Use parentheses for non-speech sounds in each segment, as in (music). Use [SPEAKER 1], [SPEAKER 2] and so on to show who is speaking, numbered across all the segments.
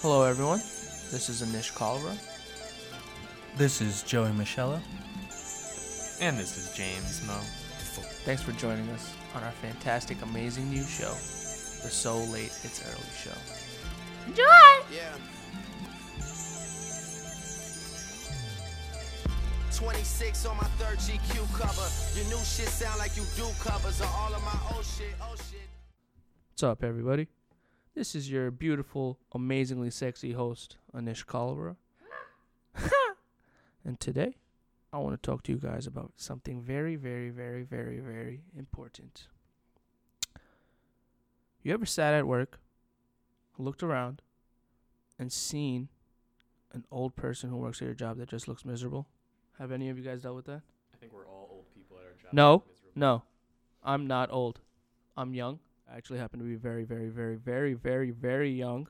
[SPEAKER 1] Hello, everyone. This is Anish Kalra.
[SPEAKER 2] This is Joey Michella.
[SPEAKER 3] And this is James Mo.
[SPEAKER 1] Thanks for joining us on our fantastic, amazing new show, The So Late It's Early Show.
[SPEAKER 4] Yeah. 26 on my third GQ cover. Your new shit sound like you do covers of all of my old shit, old shit.
[SPEAKER 1] What's up, everybody? This is your beautiful, amazingly sexy host, Anish Kalra. (laughs) and today, I want to talk to you guys about something very, very, very, very, very important. You ever sat at work, looked around, and seen an old person who works at your job that just looks miserable? Have any of you guys dealt with that?
[SPEAKER 5] I think we're all old people at our job.
[SPEAKER 1] No, no, I'm not old. I'm young. I actually happen to be very, very, very, very, very, very young.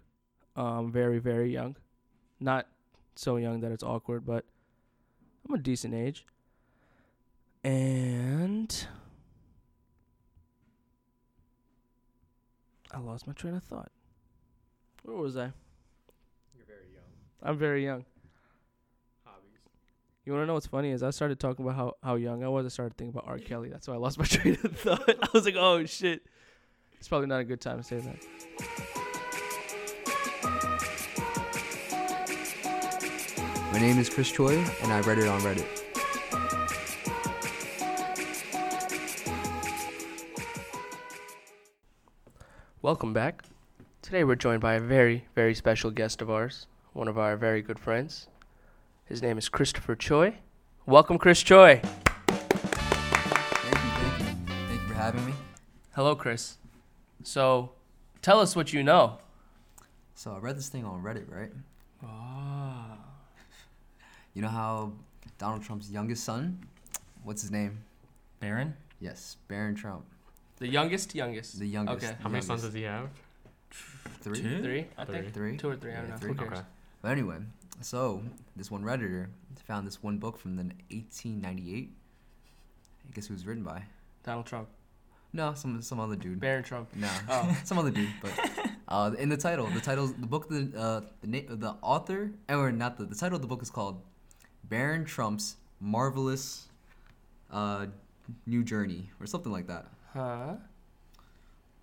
[SPEAKER 1] Um, very, very young. Not so young that it's awkward, but I'm a decent age. And I lost my train of thought. Where was I?
[SPEAKER 5] You're very young.
[SPEAKER 1] I'm very young.
[SPEAKER 5] Hobbies.
[SPEAKER 1] You want to know what's funny is I started talking about how, how young I was. I started thinking about R. Kelly. That's why I lost my (laughs) train of thought. I was like, oh shit. It's probably not a good time to say that.
[SPEAKER 6] My name is Chris Choi, and I read it on Reddit.
[SPEAKER 1] Welcome back. Today we're joined by a very, very special guest of ours, one of our very good friends. His name is Christopher Choi. Welcome, Chris Choi.
[SPEAKER 6] Thank you, thank you. Thank you for having me.
[SPEAKER 1] Hello, Chris. So, tell us what you know.
[SPEAKER 6] So I read this thing on Reddit, right?
[SPEAKER 1] Ah.
[SPEAKER 6] You know how Donald Trump's youngest son, what's his name?
[SPEAKER 2] Baron?
[SPEAKER 6] Yes, Barron Trump,
[SPEAKER 1] The youngest, youngest.
[SPEAKER 6] the youngest.
[SPEAKER 1] Okay.
[SPEAKER 6] the
[SPEAKER 1] How
[SPEAKER 5] How many sons
[SPEAKER 6] youngest.
[SPEAKER 5] does he have?
[SPEAKER 6] Three.
[SPEAKER 2] Two?
[SPEAKER 1] Three, I think.
[SPEAKER 6] Three.
[SPEAKER 1] Two or three, I don't
[SPEAKER 6] Yeah,
[SPEAKER 1] know.
[SPEAKER 6] three.
[SPEAKER 1] Who cares?
[SPEAKER 5] Okay.
[SPEAKER 6] But anyway, so this one redditor found this one book from the 1898. I guess who it was written by?
[SPEAKER 1] Donald Trump.
[SPEAKER 6] No, some some other dude.
[SPEAKER 1] Barron Trump.
[SPEAKER 6] No,
[SPEAKER 1] Oh.
[SPEAKER 6] (laughs) some other dude. But uh, in the title, the title, the book, the uh, the, na- the author, or not the the title of the book is called Baron Trump's Marvelous uh, New Journey or something like that,
[SPEAKER 1] Huh?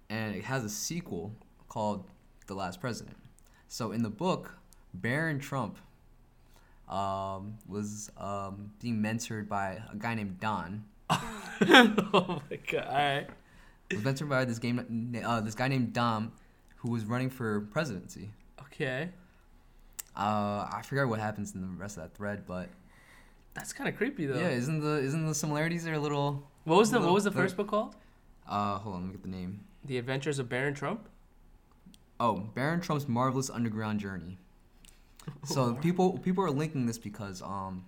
[SPEAKER 6] and it has a sequel called The Last President. So in the book, Baron Trump um, was um, being mentored by a guy named Don.
[SPEAKER 1] (laughs) oh my god. All right.
[SPEAKER 6] Was mentored by this game, uh, this guy named Dom, who was running for presidency.
[SPEAKER 1] Okay.
[SPEAKER 6] Uh, I forget what happens in the rest of that thread, but
[SPEAKER 1] That's kind of creepy
[SPEAKER 6] yeah,
[SPEAKER 1] though.
[SPEAKER 6] isn't the isn't the similarities there a little?
[SPEAKER 1] What was the What
[SPEAKER 6] Little-
[SPEAKER 1] was the
[SPEAKER 6] they're-
[SPEAKER 1] first book called?
[SPEAKER 6] Uh, hold on, let me get the name.
[SPEAKER 1] The Adventures of Baron Trump.
[SPEAKER 6] Oh, Baron Trump's marvelous underground journey. So people people are linking this because um,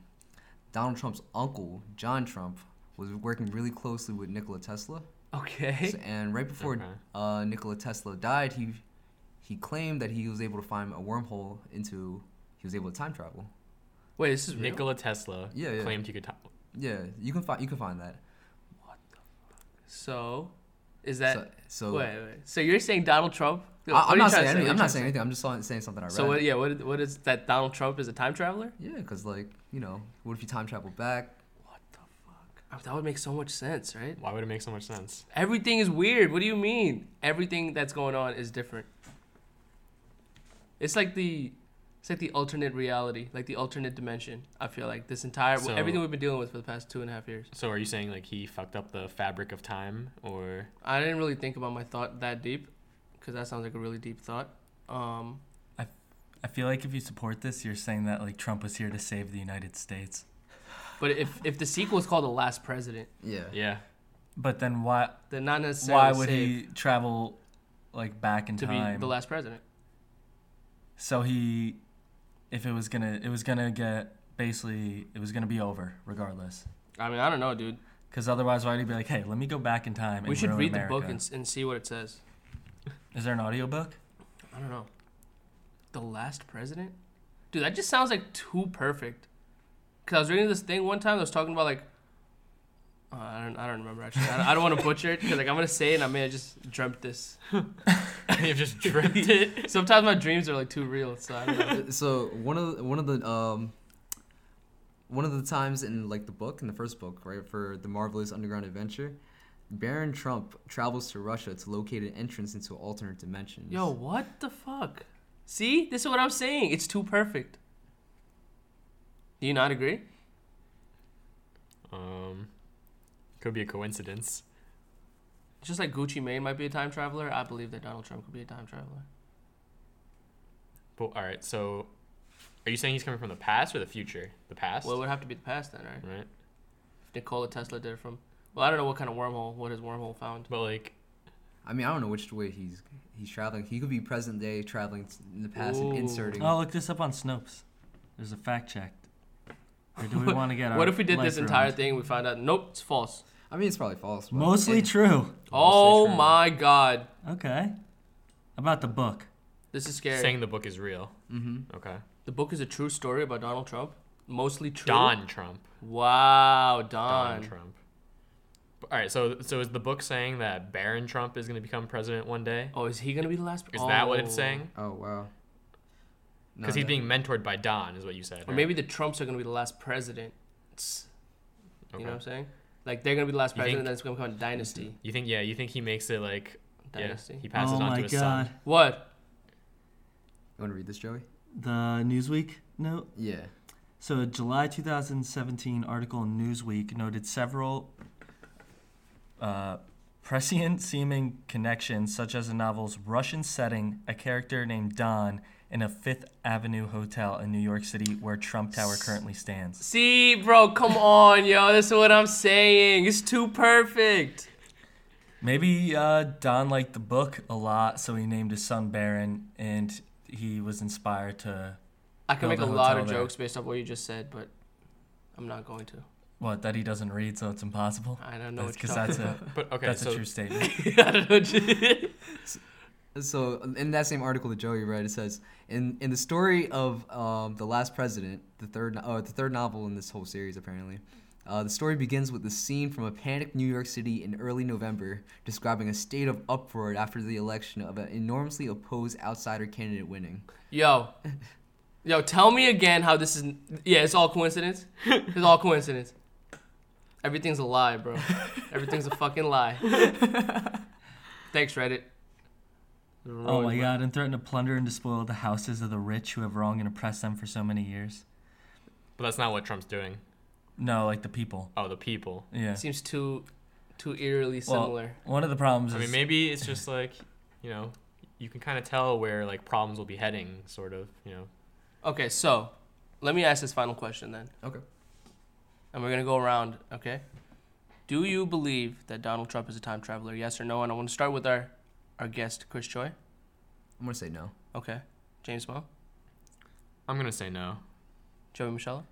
[SPEAKER 6] Donald Trump's uncle John Trump was working really closely with Nikola Tesla,
[SPEAKER 1] Okay.
[SPEAKER 6] So- and right before
[SPEAKER 5] Okay.
[SPEAKER 6] uh, Nikola Tesla died, he he claimed that he was able to find a wormhole into he was able to time travel.
[SPEAKER 1] Wait, this is real?
[SPEAKER 5] Nikola Tesla
[SPEAKER 6] Yeah, yeah.
[SPEAKER 5] claimed he could. T-
[SPEAKER 6] Yeah, you can find you can find that.
[SPEAKER 1] So, is that
[SPEAKER 6] so, so
[SPEAKER 1] wait, wait? So you're saying Donald Trump? What
[SPEAKER 6] I,
[SPEAKER 1] are
[SPEAKER 6] am
[SPEAKER 1] you trying
[SPEAKER 6] not
[SPEAKER 1] to say? What
[SPEAKER 6] saying
[SPEAKER 1] are
[SPEAKER 6] anything.
[SPEAKER 1] you trying
[SPEAKER 6] I'm not
[SPEAKER 1] to
[SPEAKER 6] saying
[SPEAKER 1] say?
[SPEAKER 6] anything. I'm just saying saying something I read.
[SPEAKER 1] So what, yeah, what what is that? Donald Trump is a time traveler?
[SPEAKER 6] Yeah, because like you know, what if you time travel back?
[SPEAKER 1] What the fuck? Oh, that would make so much sense, right?
[SPEAKER 5] Why would it make so much sense?
[SPEAKER 1] Everything is weird. What do you mean? Everything that's going on is different. It's like the it's like the alternate reality, like the alternate dimension. I feel like this entire
[SPEAKER 5] So-
[SPEAKER 1] everything we've been dealing with for the past two and a half years.
[SPEAKER 5] So are you saying like he fucked up the fabric of time, or
[SPEAKER 1] I didn't really think about my thought that deep, because that sounds like a really deep thought. Um,
[SPEAKER 2] I feel like if you support this, you're saying that like Trump was here to save the United States.
[SPEAKER 1] but if if the sequel is called The Last President,
[SPEAKER 6] Yeah.
[SPEAKER 5] yeah? (laughs)
[SPEAKER 2] But then why
[SPEAKER 1] then not necessarily
[SPEAKER 2] why would
[SPEAKER 1] safe
[SPEAKER 2] he travel like back in
[SPEAKER 1] to
[SPEAKER 2] time?
[SPEAKER 1] be the last president.
[SPEAKER 2] so he if it was gonna it was gonna get basically it was gonna be over regardless.
[SPEAKER 1] I mean, I don't know, dude.
[SPEAKER 2] Because otherwise why'd he be like, Hey, let me go back in time and
[SPEAKER 1] we should
[SPEAKER 2] ruin
[SPEAKER 1] read
[SPEAKER 2] America.
[SPEAKER 1] the book and, s- and see what it says.
[SPEAKER 2] Is there an audiobook?
[SPEAKER 1] I don't know. The last president? Dude, that just sounds like too perfect. Cause I was reading this thing one time that was talking about like, uh, I don't, I don't remember actually. I don't, I don't want to butcher it because like I'm gonna say it and I may have just dreamt this.
[SPEAKER 5] You've just dreamt it.
[SPEAKER 1] Sometimes my dreams are like too real, so I don't know.
[SPEAKER 6] Uh, so one of the, one of the um one of the times in like the book in the first book right for the marvelous underground adventure baron trump travels to russia to locate an entrance into alternate dimensions
[SPEAKER 1] Yo, what the fuck? See, this is what I'm saying. It's too perfect. Do you not agree?
[SPEAKER 5] Um, could be a coincidence.
[SPEAKER 1] Just like Gucci Mane might be a time traveler, I believe that Donald Trump could be a time traveler.
[SPEAKER 5] But all right, so are you saying he's coming from the past or the future? The past,
[SPEAKER 1] Well, it would have to be the past then, right?
[SPEAKER 5] right?
[SPEAKER 1] If Nikola Tesla did it from. Well, I don't know what kind of wormhole, what his wormhole found.
[SPEAKER 5] But like,
[SPEAKER 6] i mean i don't know which way he's he's traveling he could be present day traveling t- in the past
[SPEAKER 1] Ooh.
[SPEAKER 6] and inserting
[SPEAKER 2] Oh, look this up on Snopes. There's a fact check. Or do
[SPEAKER 1] (laughs)
[SPEAKER 2] we want to get our
[SPEAKER 1] What if we did this
[SPEAKER 2] life
[SPEAKER 1] entire
[SPEAKER 2] ruined?
[SPEAKER 1] thing? We found out, nope, it's false.
[SPEAKER 6] i mean it's probably false but
[SPEAKER 2] Mostly
[SPEAKER 6] it-
[SPEAKER 2] true.
[SPEAKER 1] Oh
[SPEAKER 5] true.
[SPEAKER 1] my god,
[SPEAKER 2] Okay. About the book.
[SPEAKER 1] this is scary.
[SPEAKER 5] saying the book is real. Mm-hmm. Okay.
[SPEAKER 1] the book is a true story about Donald Trump, mostly true.
[SPEAKER 5] Don Trump.
[SPEAKER 1] Wow, Don.
[SPEAKER 5] Don Trump. All right, so so is the book saying that Barron Trump is going to become president one day?
[SPEAKER 1] Oh, is he gonna be the last?
[SPEAKER 5] Is that what it's
[SPEAKER 1] Oh.
[SPEAKER 5] saying?
[SPEAKER 6] oh wow No,
[SPEAKER 5] Because he's
[SPEAKER 6] no.
[SPEAKER 5] being mentored by Don, is what you said.
[SPEAKER 1] Or
[SPEAKER 5] right?
[SPEAKER 1] maybe the Trumps are gonna be the last president. It's- You
[SPEAKER 5] Okay.
[SPEAKER 1] know what I'm saying? Like they're gonna be the last
[SPEAKER 5] You
[SPEAKER 1] president.
[SPEAKER 5] think-
[SPEAKER 1] That's gonna become a dynasty.
[SPEAKER 5] You think? Yeah, you think he makes it like? Yeah,
[SPEAKER 1] Dynasty.
[SPEAKER 5] he passes
[SPEAKER 2] oh
[SPEAKER 5] on
[SPEAKER 2] my
[SPEAKER 5] to his
[SPEAKER 2] god.
[SPEAKER 5] son.
[SPEAKER 1] What?
[SPEAKER 6] you want to read this joey
[SPEAKER 2] The Newsweek note.
[SPEAKER 6] yeah
[SPEAKER 2] So, a July 2017 article in Newsweek noted several uh, prescient seeming connections, such as a novel's Russian setting, a character named Don, and a Fifth Avenue hotel in New York City where Trump Tower currently stands.
[SPEAKER 1] See, bro, come on, yo. This is what I'm saying. It's too perfect.
[SPEAKER 2] Maybe uh, Don liked the book a lot, so he named his son Baron, and he was inspired to
[SPEAKER 1] I can
[SPEAKER 2] Build
[SPEAKER 1] make a
[SPEAKER 2] a
[SPEAKER 1] lot
[SPEAKER 2] hotel
[SPEAKER 1] of
[SPEAKER 2] there.
[SPEAKER 1] jokes based off what you just said, but I'm not going to.
[SPEAKER 2] what that he doesn't read, so it's impossible.
[SPEAKER 1] I don't know what you're
[SPEAKER 2] Because
[SPEAKER 1] talking
[SPEAKER 2] that's, a
[SPEAKER 5] But okay,
[SPEAKER 2] that's
[SPEAKER 5] so
[SPEAKER 2] a true statement.
[SPEAKER 1] about. (laughs) I don't know what you-
[SPEAKER 6] So in that same article that Joey read, it says in in the story of um, the last president, the third no- uh, the third novel in this whole series apparently. Uh, the story begins with the scene from a panicked New York City in early November, describing a state of uproar after the election of an enormously opposed outsider candidate winning.
[SPEAKER 1] yo, yo, tell me again how this is. Yeah, it's all coincidence. It's all coincidence. Everything's a lie, bro. Everything's a fucking lie. Thanks, Reddit.
[SPEAKER 2] Oh my god, and threatened to plunder and despoil the houses of the rich who have wronged and oppressed them for so many years.
[SPEAKER 5] but that's not what Trump's doing.
[SPEAKER 2] No, like the people.
[SPEAKER 5] Oh, the people.
[SPEAKER 2] Yeah.
[SPEAKER 1] seems too too eerily
[SPEAKER 2] Well,
[SPEAKER 1] similar.
[SPEAKER 2] one of the problems
[SPEAKER 5] I
[SPEAKER 2] is
[SPEAKER 5] mean, maybe it's just like, you know, you can kind of tell where like problems will be heading, sort of. You know,
[SPEAKER 1] okay, so let me ask this final question then,
[SPEAKER 6] Okay.
[SPEAKER 1] and we're gonna go around. Okay, do you believe that Donald Trump is a time traveler? Yes or no? And I want to start with our our guest, Chris Choi.
[SPEAKER 6] I'm gonna say no.
[SPEAKER 1] Okay, James Mo,
[SPEAKER 5] I'm gonna say no.
[SPEAKER 1] Joey Michelle.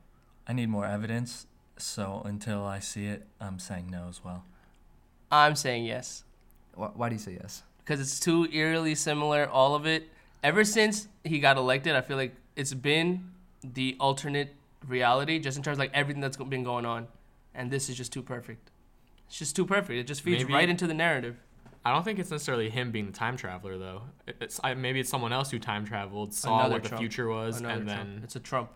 [SPEAKER 2] I need more evidence, so until I see it, I'm saying no as well.
[SPEAKER 1] I'm saying yes
[SPEAKER 6] Why, why do you say yes?
[SPEAKER 1] because it's too eerily similar. All of it. Ever since he got elected, I feel like it's been the alternate reality, just in terms of like everything that's been going on, and this is just too perfect. It's just too perfect. It just feeds
[SPEAKER 5] Maybe-
[SPEAKER 1] right into the narrative.
[SPEAKER 5] I don't think it's necessarily him being the time traveler though. It- It's I, maybe it's someone else who time traveled, saw
[SPEAKER 1] Another
[SPEAKER 5] what the
[SPEAKER 1] Trump.
[SPEAKER 5] future was,
[SPEAKER 1] Another
[SPEAKER 5] and
[SPEAKER 1] Trump.
[SPEAKER 5] then
[SPEAKER 1] it's a Trump.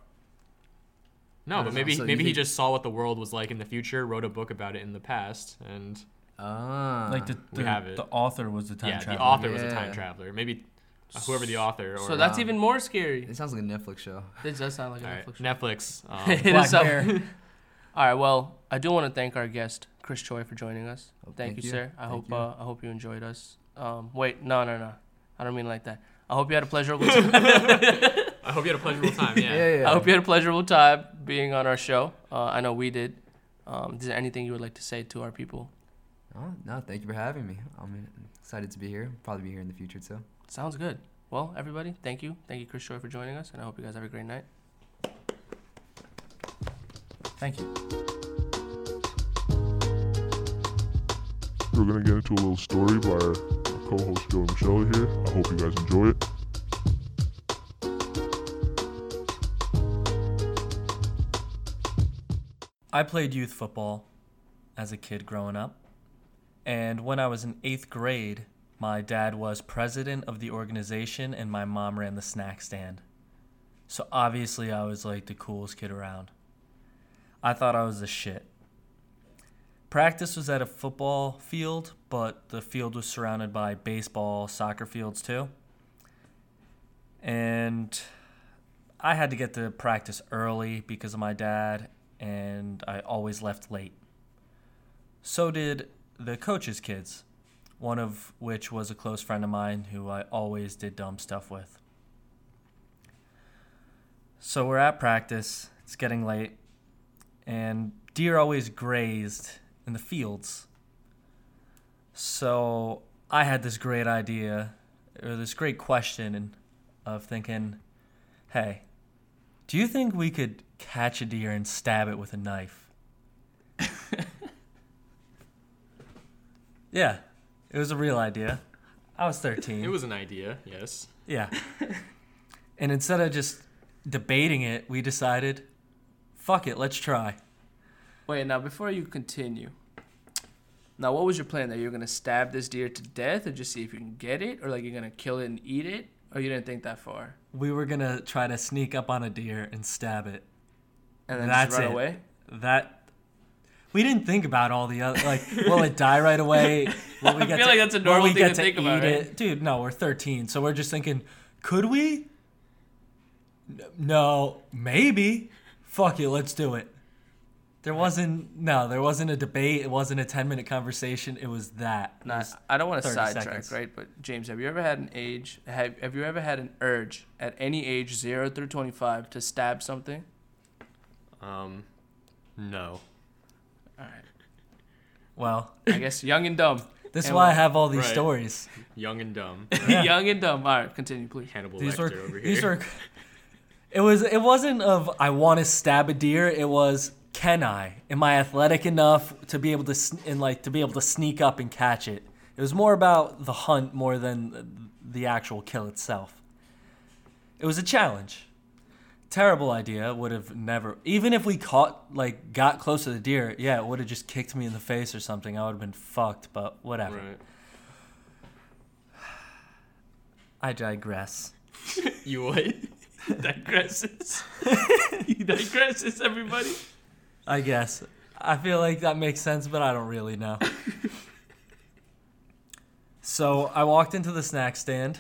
[SPEAKER 5] no.
[SPEAKER 6] don't
[SPEAKER 5] But
[SPEAKER 6] know.
[SPEAKER 5] maybe
[SPEAKER 6] So you
[SPEAKER 5] maybe he
[SPEAKER 6] think-
[SPEAKER 5] just saw what the world was like in the future, wrote a book about it in the past, and
[SPEAKER 6] Ah.
[SPEAKER 2] like the
[SPEAKER 5] Uh, we
[SPEAKER 2] the,
[SPEAKER 5] have it.
[SPEAKER 2] the author was the time
[SPEAKER 5] yeah,
[SPEAKER 2] traveler.
[SPEAKER 5] the author was a
[SPEAKER 6] Yeah.
[SPEAKER 5] time traveler. Maybe uh, whoever the author or
[SPEAKER 1] So that's
[SPEAKER 6] Wow.
[SPEAKER 1] even more scary.
[SPEAKER 6] It sounds like a Netflix show.
[SPEAKER 1] This does sound like a
[SPEAKER 5] All right,
[SPEAKER 1] Netflix. show.
[SPEAKER 5] Netflix.
[SPEAKER 1] (laughs) Hit
[SPEAKER 5] Um,
[SPEAKER 2] Black
[SPEAKER 1] us up.
[SPEAKER 2] Mirror.
[SPEAKER 1] All right. Well, I do want to thank our guest Chris Choi for joining us.
[SPEAKER 6] Oh,
[SPEAKER 1] thank,
[SPEAKER 6] thank
[SPEAKER 1] you,
[SPEAKER 6] you.
[SPEAKER 1] sir. I
[SPEAKER 6] Thank
[SPEAKER 1] hope
[SPEAKER 6] you.
[SPEAKER 1] Uh, I hope you enjoyed us. Um, wait, no, no, no. I don't mean like that. (laughs) I hope you had a pleasurable. time.
[SPEAKER 5] I hope you had a pleasurable time. Yeah.
[SPEAKER 1] I hope you had a pleasurable time being on our show. Uh, I know we did. Um, is there anything you would like to say to our people?
[SPEAKER 6] Oh, no, thank you for having me. I'm excited to be here. Probably be here in the future too.
[SPEAKER 1] Sounds good. Well, everybody, thank you. Thank you, Chris Choi, for joining us, and I hope you guys have a great night.
[SPEAKER 2] Thank you.
[SPEAKER 7] We're gonna get into a little story by our co-host Joey Michelle here. I hope you guys enjoy it.
[SPEAKER 2] I played youth football as a kid growing up. And when I was in eighth grade, My dad was president of the organization, and my mom ran the snack stand. So obviously, I was like the coolest kid around. I thought I was the shit. Practice was at a football field, but the field was surrounded by baseball, soccer fields too. And I had to get to practice early because of my dad, and I always left late. So did the coach's kids, one of which was a close friend of mine who I always did dumb stuff with. So we're at practice, it's getting late, and deer always grazed in the fields. So I had this great idea, or this great question of thinking, hey, do you think we could catch a deer and stab it with a knife? yeah, it was a real idea. I was 13.
[SPEAKER 5] It was an idea, yes.
[SPEAKER 2] Yeah.
[SPEAKER 5] (laughs)
[SPEAKER 2] and instead of just debating it, we decided, fuck it, let's try.
[SPEAKER 1] Wait, now before you continue. Now, what was your plan? That you're gonna stab this deer to death, or just see if you can get it, or like you're gonna kill it and eat it, or you didn't think that far,
[SPEAKER 2] We were going to try to sneak up on a deer and stab it.
[SPEAKER 1] and then
[SPEAKER 2] That's
[SPEAKER 1] just run
[SPEAKER 2] it.
[SPEAKER 1] away?
[SPEAKER 2] That. We didn't think about all the other like. Will it die
[SPEAKER 5] (laughs)
[SPEAKER 2] right away? Will we
[SPEAKER 5] I feel like that's a
[SPEAKER 2] will
[SPEAKER 5] normal
[SPEAKER 2] we
[SPEAKER 5] thing
[SPEAKER 2] get
[SPEAKER 5] to think about,
[SPEAKER 2] eat
[SPEAKER 5] right?
[SPEAKER 2] it? Dude, no, we're 13, so we're just thinking, could we? N- No, maybe. Fuck it, let's do it. There wasn't no, there wasn't a debate. It wasn't a 10 minute conversation. It was that. It
[SPEAKER 1] Nah,
[SPEAKER 2] was-
[SPEAKER 1] I don't want to
[SPEAKER 2] 30
[SPEAKER 1] sidetrack,
[SPEAKER 2] seconds.
[SPEAKER 1] right? But James, have you ever had an age? Have Have you ever had an urge at any age, zero through twenty five, to stab something?
[SPEAKER 5] Um, no.
[SPEAKER 1] All right.
[SPEAKER 5] (laughs)
[SPEAKER 2] well,
[SPEAKER 1] I
[SPEAKER 2] (laughs)
[SPEAKER 1] guess young and dumb.
[SPEAKER 2] this is
[SPEAKER 1] And
[SPEAKER 2] why I
[SPEAKER 1] what-
[SPEAKER 2] have all these
[SPEAKER 5] Right.
[SPEAKER 2] stories.
[SPEAKER 5] Young and dumb.
[SPEAKER 1] (laughs) young and dumb. All right, continue, please.
[SPEAKER 5] Hannibal
[SPEAKER 2] These
[SPEAKER 5] Lecter
[SPEAKER 2] were
[SPEAKER 5] over here. (laughs)
[SPEAKER 2] (laughs) these were It was it wasn't of I want to stab a deer. It was can I? Am I athletic enough to be able to sn- and like to be able to sneak up and catch it? It was more about the hunt more than the actual kill itself. It was a challenge. Terrible idea. Would have never even if we caught like got close to the deer. Yeah, it would have just kicked me in the face or something. I would have been fucked. But whatever.
[SPEAKER 5] Right.
[SPEAKER 2] I digress.
[SPEAKER 5] You what? (laughs) digresses. he digresses, everybody.
[SPEAKER 2] I guess. I feel like that makes sense, but I don't really (laughs) know. so I walked into the snack stand.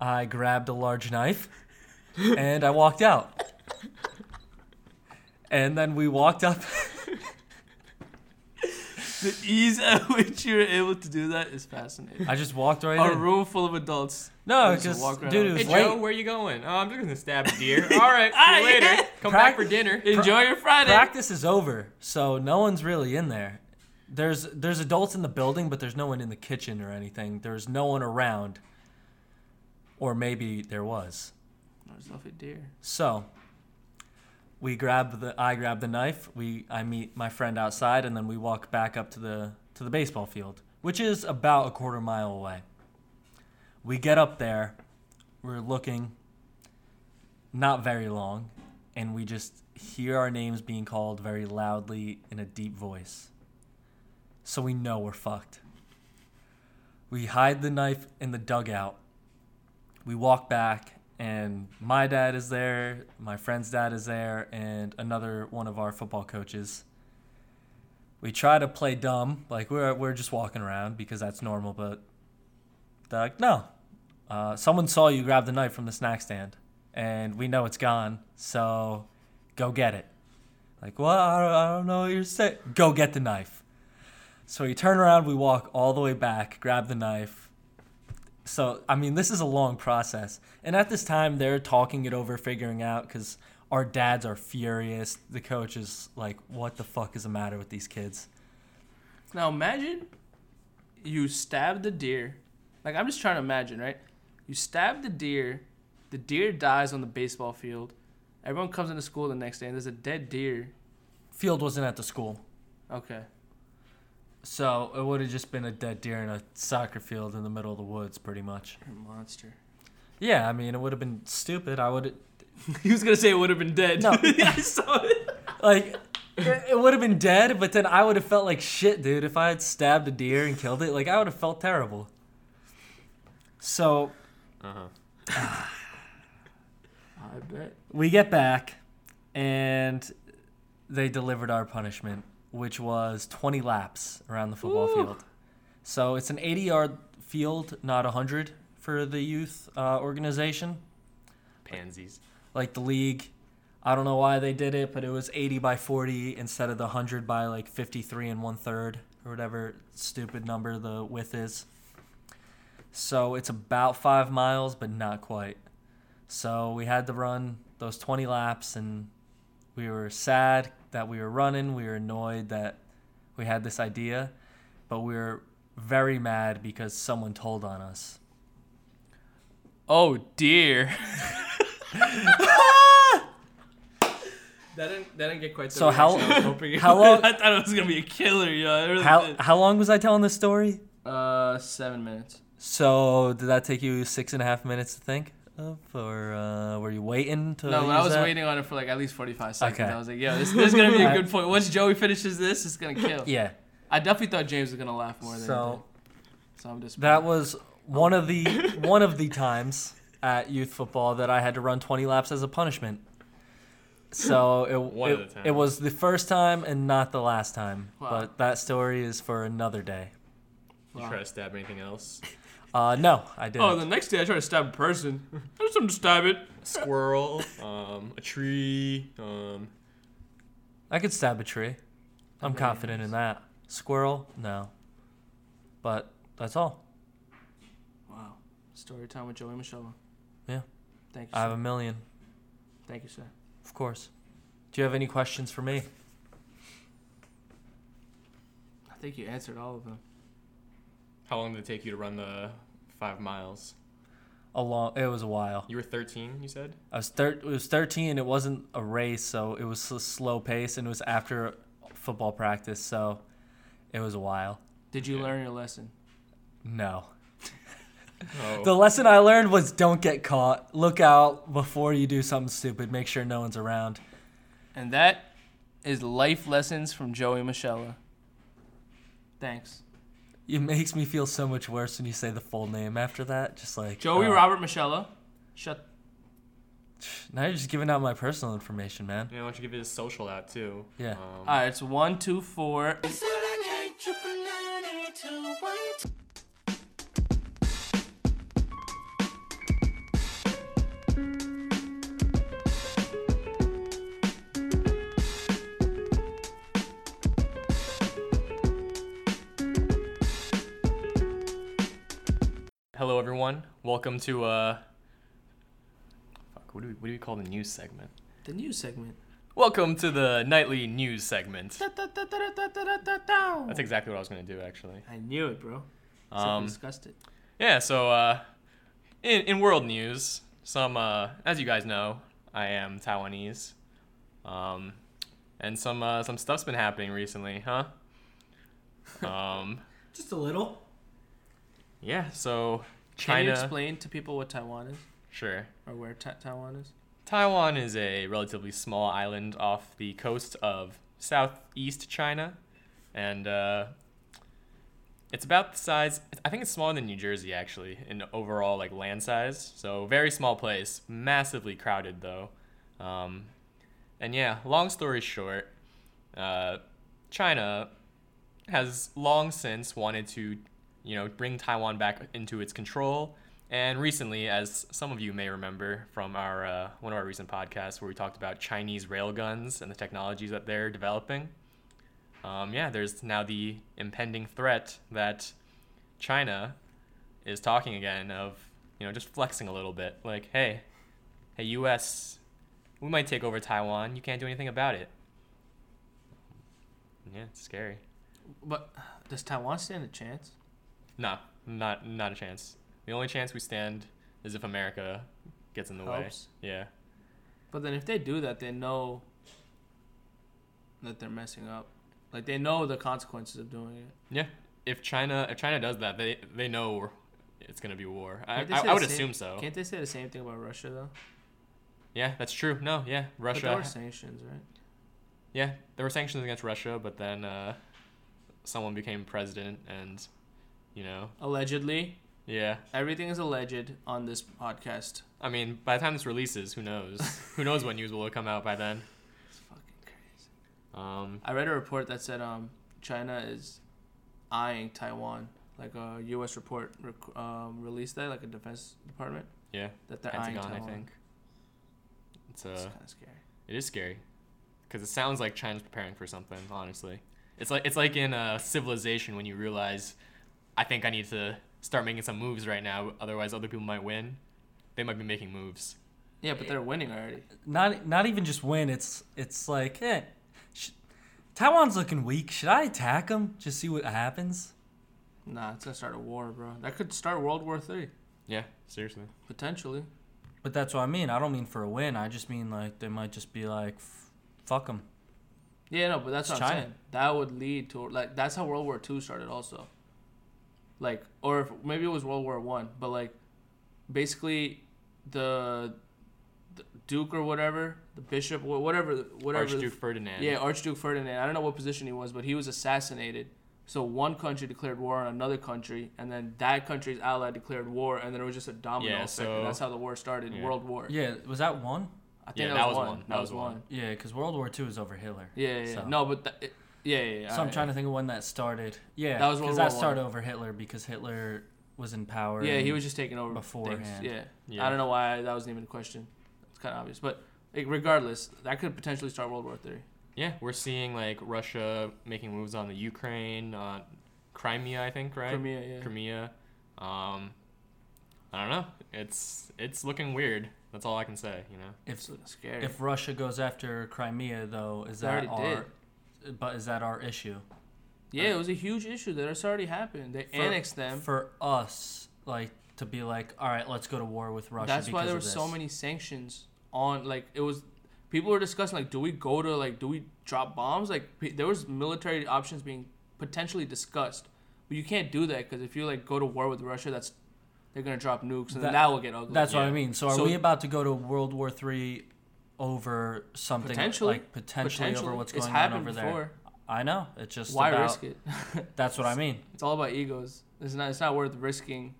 [SPEAKER 2] I grabbed a large knife and I walked out. And then we walked up.
[SPEAKER 1] The ease at (laughs) which you're able to do that is fascinating.
[SPEAKER 2] I just walked right
[SPEAKER 1] A
[SPEAKER 2] in.
[SPEAKER 1] room full of adults.
[SPEAKER 2] no,
[SPEAKER 1] just
[SPEAKER 2] just
[SPEAKER 1] walk right
[SPEAKER 2] dude,
[SPEAKER 1] out.
[SPEAKER 2] it
[SPEAKER 5] Hey
[SPEAKER 2] was
[SPEAKER 5] Joe,
[SPEAKER 2] late.
[SPEAKER 5] where you going? Oh, I'm just gonna stab a deer. All right, see you later. Come back for dinner.
[SPEAKER 1] Enjoy your Friday.
[SPEAKER 2] Practice is over, so no one's really in there. There's there's adults in the building, but there's no one in the kitchen or anything. There's no one around, or maybe there was.
[SPEAKER 1] There's nothing dear.
[SPEAKER 2] So we grab the I grab the knife. We I meet my friend outside, and then we walk back up to the to the baseball field, which is about a quarter mile away. We get up there. We're looking. Not very long, and we just hear our names being called very loudly in a deep voice. So we know we're fucked. We hide the knife in the dugout we walk back and my dad is there my friend's dad is there and another one of our football coaches we try to play dumb like we're, we're just walking around because that's normal but they're like no uh, someone saw you grab the knife from the snack stand and we know it's gone so go get it like well i don't, I don't know what you're saying go get the knife so we turn around we walk all the way back grab the knife so I mean, this is a long process, and at this time they're talking it over, figuring out because our dads are furious. The coach is like, "What the fuck is the matter with these kids?"
[SPEAKER 1] Now imagine you stab the deer. Like I'm just trying to imagine, right? You stab the deer, the deer dies on the baseball field. Everyone comes into school the next day and there's a dead deer.
[SPEAKER 2] Field wasn't at the school,
[SPEAKER 1] Okay.
[SPEAKER 2] so it would have just been a dead deer in a soccer field in the middle of the woods, pretty much.
[SPEAKER 1] You're a monster.
[SPEAKER 2] Yeah, I mean, it would have been stupid. I would
[SPEAKER 1] (laughs) He was gonna say it would have been dead. (laughs)
[SPEAKER 2] No.
[SPEAKER 1] I saw it.
[SPEAKER 2] like. (laughs) It, it would have been dead, but then I would have felt like shit, dude. If I had stabbed a deer and killed it, like I would have felt terrible. So
[SPEAKER 5] Uh huh. I bet.
[SPEAKER 2] we get back, and they delivered our punishment, which was 20 laps around the football field. So it's an 80 yard field, not 100 for the youth uh, organization,
[SPEAKER 5] Pansies.
[SPEAKER 2] like the league. I don't know why they did it, but it was 80 by 40 instead of the 100 by like 53 and one third or whatever stupid number the width is. So it's about five miles, but not quite. So we had to run those 20 laps, and we were sad that we were running. We were annoyed that we had this idea, but we were very mad because someone told on us.
[SPEAKER 5] Oh dear. that didn't that didn't get quite. The
[SPEAKER 2] So how-
[SPEAKER 5] reaction I was
[SPEAKER 1] (laughs)
[SPEAKER 5] hoping it
[SPEAKER 2] how
[SPEAKER 5] would.
[SPEAKER 2] long-
[SPEAKER 5] I thought it was gonna be a killer. Yeah. I really
[SPEAKER 2] How,
[SPEAKER 5] did.
[SPEAKER 2] how long was I telling this story?
[SPEAKER 1] Uh, seven minutes.
[SPEAKER 2] So did that take you six and a half minutes to think of, or uh, were you waiting to?
[SPEAKER 1] No,
[SPEAKER 2] use
[SPEAKER 1] but I was
[SPEAKER 2] that?
[SPEAKER 1] waiting on it for like at least 45 seconds.
[SPEAKER 2] Okay.
[SPEAKER 1] I was like, yo, this, this is (laughs) going to be a
[SPEAKER 2] I-
[SPEAKER 1] good point. Once Joey finishes this, it's going to kill.
[SPEAKER 2] Yeah.
[SPEAKER 1] I definitely thought James was going to laugh more than
[SPEAKER 2] So-
[SPEAKER 1] anything. So I'm just.
[SPEAKER 2] That was one of the one of the times at youth football that I had to run 20 laps as a punishment. So it
[SPEAKER 5] One
[SPEAKER 2] it,
[SPEAKER 5] of the times.
[SPEAKER 2] it was the first time and not the last time.
[SPEAKER 1] Wow.
[SPEAKER 2] But that story is for another day.
[SPEAKER 5] You try to stab anything else?
[SPEAKER 2] Uh, no, I didn't.
[SPEAKER 1] Oh, the next day I tried to stab a person. (laughs) I just wanted to stab it.
[SPEAKER 5] A squirrel. Um. A tree. Um.
[SPEAKER 2] I could stab a tree. I'm confident in that. Squirrel, no. But that's all.
[SPEAKER 1] Wow. Story time with Joey Michelle.
[SPEAKER 2] Yeah.
[SPEAKER 1] Thank you,
[SPEAKER 2] I have
[SPEAKER 1] sir.
[SPEAKER 2] a million.
[SPEAKER 1] Thank you, sir.
[SPEAKER 2] Of course. Do you have any questions for me?
[SPEAKER 1] I think you answered all of them.
[SPEAKER 5] How long did it take you to run the five miles?
[SPEAKER 2] A long. It was a while.
[SPEAKER 5] You were 13. You said.
[SPEAKER 2] I was thir- it was 13. It wasn't a race, so it was a slow pace, and it was after football practice, so it was a while.
[SPEAKER 1] Did you learn your lesson?
[SPEAKER 2] No.
[SPEAKER 5] Oh.
[SPEAKER 2] The lesson I learned was don't get caught. Look out before you do something stupid. Make sure no one's around.
[SPEAKER 1] And that is life lessons from Joey Michelle. Thanks.
[SPEAKER 2] It makes me feel so much worse when you say the full name after that. Just like
[SPEAKER 1] Joey
[SPEAKER 2] uh,
[SPEAKER 1] Robert Michelle. Shut.
[SPEAKER 2] Now you're just giving out my personal information, man.
[SPEAKER 5] Yeah, why don't you give it a social out too?
[SPEAKER 2] Yeah.
[SPEAKER 5] Um,
[SPEAKER 1] All right, it's one, two, four.
[SPEAKER 5] Hello, everyone. Welcome to uh. Fuck. What do we What do we call the news segment?
[SPEAKER 1] The news segment.
[SPEAKER 5] Welcome to the nightly news segment.
[SPEAKER 1] I
[SPEAKER 5] That's exactly what I was gonna do, actually.
[SPEAKER 1] knew it, bro. Except we
[SPEAKER 5] Um,
[SPEAKER 1] discussed it.
[SPEAKER 5] yeah. So, uh, in in world news, some uh, as you guys know, I am Taiwanese, um, and some uh, some stuff's been happening recently, huh? Um,
[SPEAKER 2] Just a little.
[SPEAKER 5] yeah. So
[SPEAKER 1] Can you
[SPEAKER 5] China.
[SPEAKER 1] explain to people what Taiwan is
[SPEAKER 5] sure.
[SPEAKER 1] or where ta- Taiwan is?
[SPEAKER 5] Taiwan is a relatively small island off the coast of southeast China, and uh, it's about the size. I think it's smaller than New Jersey actually in overall like land size. So very small place, massively crowded though. Um, and yeah, long story short, uh, China has long since wanted to, you know, bring Taiwan back into its control. And recently, as some of you may remember from our uh, one of our recent podcasts where we talked about Chinese railguns and the technologies that they're developing, um, yeah, there's now the impending threat that China is talking again of, you know, just flexing a little bit, like, hey, hey, U.S., we might take over Taiwan. You can't do anything about it. Yeah, it's scary.
[SPEAKER 1] But does Taiwan stand a chance?
[SPEAKER 5] No, not not a chance. The only chance we stand is if America gets in the
[SPEAKER 1] Helps.
[SPEAKER 5] way. Yeah.
[SPEAKER 1] But then if they do that, they know that they're messing up. Like they know the consequences of doing it.
[SPEAKER 5] Yeah. If China if China does that, they they know it's gonna be war. I,
[SPEAKER 1] Can't they
[SPEAKER 5] I,
[SPEAKER 1] say
[SPEAKER 5] I
[SPEAKER 1] the
[SPEAKER 5] would
[SPEAKER 1] same-
[SPEAKER 5] assume so.
[SPEAKER 1] Can't they say the same thing about Russia though?
[SPEAKER 5] Yeah, that's true. No, yeah,
[SPEAKER 1] But there
[SPEAKER 5] Russia.
[SPEAKER 1] were sanctions, right?
[SPEAKER 5] yeah, there were sanctions against Russia, but then uh, someone became president, and you know,
[SPEAKER 1] Allegedly.
[SPEAKER 5] Yeah.
[SPEAKER 1] Everything is alleged on this podcast.
[SPEAKER 5] I mean, by the time this releases,
[SPEAKER 1] (laughs)
[SPEAKER 5] who knows? who knows what news will have come out by then?
[SPEAKER 1] It's fucking crazy.
[SPEAKER 5] Um,
[SPEAKER 1] I read a report that said um China is eyeing Taiwan. Like a U.S. report rec- um, released that, like a Defense Department,
[SPEAKER 5] yeah.
[SPEAKER 1] that they're
[SPEAKER 5] Pentagon,
[SPEAKER 1] eyeing
[SPEAKER 5] I
[SPEAKER 1] Taiwan.
[SPEAKER 5] think. It's
[SPEAKER 1] It's
[SPEAKER 5] uh,
[SPEAKER 1] kind of scary.
[SPEAKER 5] it is scary, because it sounds like China's preparing for something. Honestly, it's like it's like in uh, Civilization when you realize, I think I need to start making some moves right now, otherwise other people might win. They might be making moves.
[SPEAKER 1] Yeah, but they're winning already.
[SPEAKER 2] Not not even just win. It's it's like eh, sh- Taiwan's looking weak. Should I attack them? Just see what happens.
[SPEAKER 1] Nah, it's gonna start a war, bro. That could start World War Three
[SPEAKER 5] Yeah, seriously.
[SPEAKER 1] potentially.
[SPEAKER 2] But that's what I mean. I don't mean for a win. I just mean like they might just be like, F- fuck them.
[SPEAKER 1] Yeah, no, but that's
[SPEAKER 2] It's
[SPEAKER 1] what I'm
[SPEAKER 2] China.
[SPEAKER 1] saying. That would lead to like that's how World War Two started, also. Like, or if, maybe it was World War One, but like, basically, the, the Duke or whatever, the Bishop, wha- whatever, whatever. the-
[SPEAKER 5] Archduke Ferdinand.
[SPEAKER 1] yeah, Archduke Ferdinand. I don't know what position he was, but he was assassinated. So one country declared war on another country, and then that country's ally declared war, and then it was just a domino
[SPEAKER 5] Yeah,
[SPEAKER 1] effect. and
[SPEAKER 5] so-
[SPEAKER 1] that's how the war started,
[SPEAKER 5] yeah.
[SPEAKER 1] World War.
[SPEAKER 2] Yeah, was that one?
[SPEAKER 1] I think
[SPEAKER 5] Yeah,
[SPEAKER 1] that, was one. That, was one.
[SPEAKER 2] Yeah, because World War II is over Hitler.
[SPEAKER 1] Yeah, yeah, yeah.
[SPEAKER 2] So-
[SPEAKER 1] no, but that, it, yeah, yeah, yeah.
[SPEAKER 2] So I'm trying to think of when that started. Yeah,
[SPEAKER 1] That was World
[SPEAKER 2] because that
[SPEAKER 1] War
[SPEAKER 2] started over Hitler because Hitler was in power.
[SPEAKER 1] Yeah, he
[SPEAKER 2] and-
[SPEAKER 1] was just taking over beforehand.
[SPEAKER 2] beforehand.
[SPEAKER 1] Yeah.
[SPEAKER 5] Yeah.
[SPEAKER 1] I don't know why that wasn't even a question. It's kind of obvious, but like, regardless, that could potentially start World War Three.
[SPEAKER 5] Yeah, we're seeing like Russia making moves on the Ukraine, on Crimea, I think, right?
[SPEAKER 1] Crimea, yeah.
[SPEAKER 5] Crimea. Um, I don't know. It's it's looking weird. That's all I can say. You know.
[SPEAKER 2] If
[SPEAKER 1] It's looking scary.
[SPEAKER 2] if Russia goes after Crimea, though, is
[SPEAKER 1] They
[SPEAKER 2] that
[SPEAKER 1] already
[SPEAKER 2] our? But is that our issue?
[SPEAKER 1] yeah, it was a huge issue that has already happened. They
[SPEAKER 2] For-
[SPEAKER 1] annexed them.
[SPEAKER 2] for us, like to be like, all right, let's go to war with Russia.
[SPEAKER 1] That's why
[SPEAKER 2] because
[SPEAKER 1] there were
[SPEAKER 2] of
[SPEAKER 1] so
[SPEAKER 2] this."
[SPEAKER 1] many sanctions on. Like it was, people were discussing like, do we go to like, do we drop bombs? Like p- there was military options being potentially discussed, but you can't do that because if you like go to war with Russia, that's they're gonna drop nukes, and
[SPEAKER 2] That-
[SPEAKER 1] then that will get ugly.
[SPEAKER 2] That's what I
[SPEAKER 5] Yeah.
[SPEAKER 2] mean. So are
[SPEAKER 1] So-
[SPEAKER 2] we about to go to World War Three over something
[SPEAKER 1] Potentially.
[SPEAKER 2] like potentially, over what's going
[SPEAKER 1] it's
[SPEAKER 2] on
[SPEAKER 1] happened
[SPEAKER 2] over there?
[SPEAKER 1] before.
[SPEAKER 2] I know. It's just
[SPEAKER 1] Why
[SPEAKER 2] about,
[SPEAKER 1] risk it? (laughs)
[SPEAKER 2] That's what I mean.
[SPEAKER 1] It's all about egos. It's not. It's not worth risking.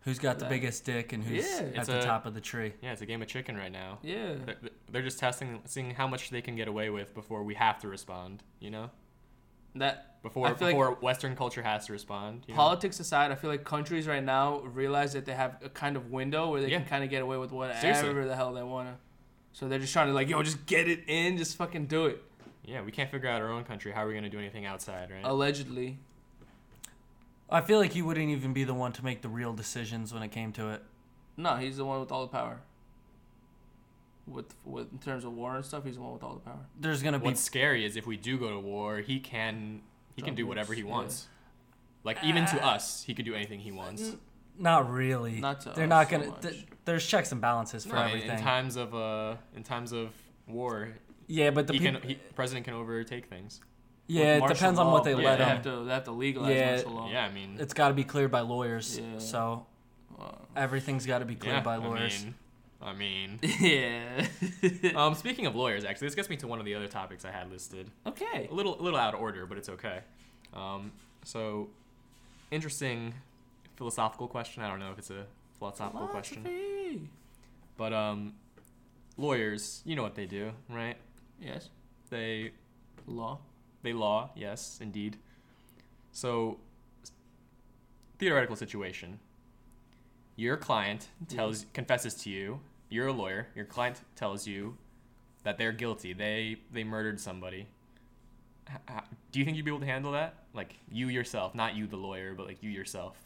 [SPEAKER 2] Who's got the
[SPEAKER 1] Like-
[SPEAKER 2] biggest dick and who's
[SPEAKER 1] Yeah.
[SPEAKER 2] at
[SPEAKER 5] It's
[SPEAKER 2] the
[SPEAKER 5] a-
[SPEAKER 2] top of the tree?
[SPEAKER 5] Yeah, it's a game of chicken right now.
[SPEAKER 1] Yeah.
[SPEAKER 5] They're, they're just testing, seeing how much they can get away with before we have to respond. You know,
[SPEAKER 1] That
[SPEAKER 5] before
[SPEAKER 1] I feel like-
[SPEAKER 5] before Western culture has to respond. You know?
[SPEAKER 1] politics aside, I feel like countries right now realize that they have a kind of window where they
[SPEAKER 5] Yeah.
[SPEAKER 1] can kind of get away with whatever
[SPEAKER 5] Seriously.
[SPEAKER 1] the hell they wanna. So they're just trying to like, yo, just get it in, just fucking do it.
[SPEAKER 5] yeah, we can't figure out our own country. How are we gonna do anything outside, right?
[SPEAKER 1] Allegedly,
[SPEAKER 2] I feel like you wouldn't even be the one to make the real decisions when it came to it.
[SPEAKER 1] no, he's the one with all the power. With with in terms of war and stuff, he's the one with all the power.
[SPEAKER 2] There's gonna be
[SPEAKER 5] What's scary is if we do go to war, he can he can do whatever he
[SPEAKER 1] Yeah.
[SPEAKER 5] wants. Like even to us, he could do anything he wants.
[SPEAKER 2] not really.
[SPEAKER 1] Not to
[SPEAKER 2] They're
[SPEAKER 1] us
[SPEAKER 2] not
[SPEAKER 1] so
[SPEAKER 2] gonna.
[SPEAKER 1] much.
[SPEAKER 2] th- there's checks and balances for
[SPEAKER 5] No, in-
[SPEAKER 2] everything.
[SPEAKER 5] In times of uh, in times of war,
[SPEAKER 2] yeah, but the
[SPEAKER 5] he
[SPEAKER 2] people.
[SPEAKER 5] can he, president can overtake things.
[SPEAKER 2] yeah,
[SPEAKER 1] With
[SPEAKER 2] it
[SPEAKER 1] martial
[SPEAKER 2] depends on what
[SPEAKER 1] law,
[SPEAKER 2] they
[SPEAKER 1] bro,
[SPEAKER 2] let
[SPEAKER 1] They
[SPEAKER 2] him.
[SPEAKER 1] have to. They have to legalize
[SPEAKER 2] Yeah.
[SPEAKER 1] martial law.
[SPEAKER 5] Yeah, I mean,
[SPEAKER 2] It's got to be cleared by lawyers.
[SPEAKER 1] Yeah.
[SPEAKER 2] So
[SPEAKER 1] Wow.
[SPEAKER 2] everything's got to be cleared
[SPEAKER 5] yeah,
[SPEAKER 2] by lawyers.
[SPEAKER 5] I
[SPEAKER 2] (laughs)
[SPEAKER 5] mean,
[SPEAKER 1] (laughs) yeah.
[SPEAKER 5] I mean. um, speaking of lawyers, actually, this gets me to one of the other topics I had listed.
[SPEAKER 1] okay.
[SPEAKER 5] A little a little out of order, but it's okay. Um, so interesting philosophical question. I don't know if it's a philosophical question,
[SPEAKER 1] Philosophy.
[SPEAKER 5] but um, lawyers, you know what they do, right?
[SPEAKER 1] Yes.
[SPEAKER 5] They
[SPEAKER 1] Law.
[SPEAKER 5] They law, yes, indeed. So, s- theoretical situation. Your client tells confesses to you. You're a lawyer. Your client tells you that they're guilty. They they murdered somebody. H- h- do you think you'd be able to handle that? Like you yourself, not you the lawyer, but like you yourself.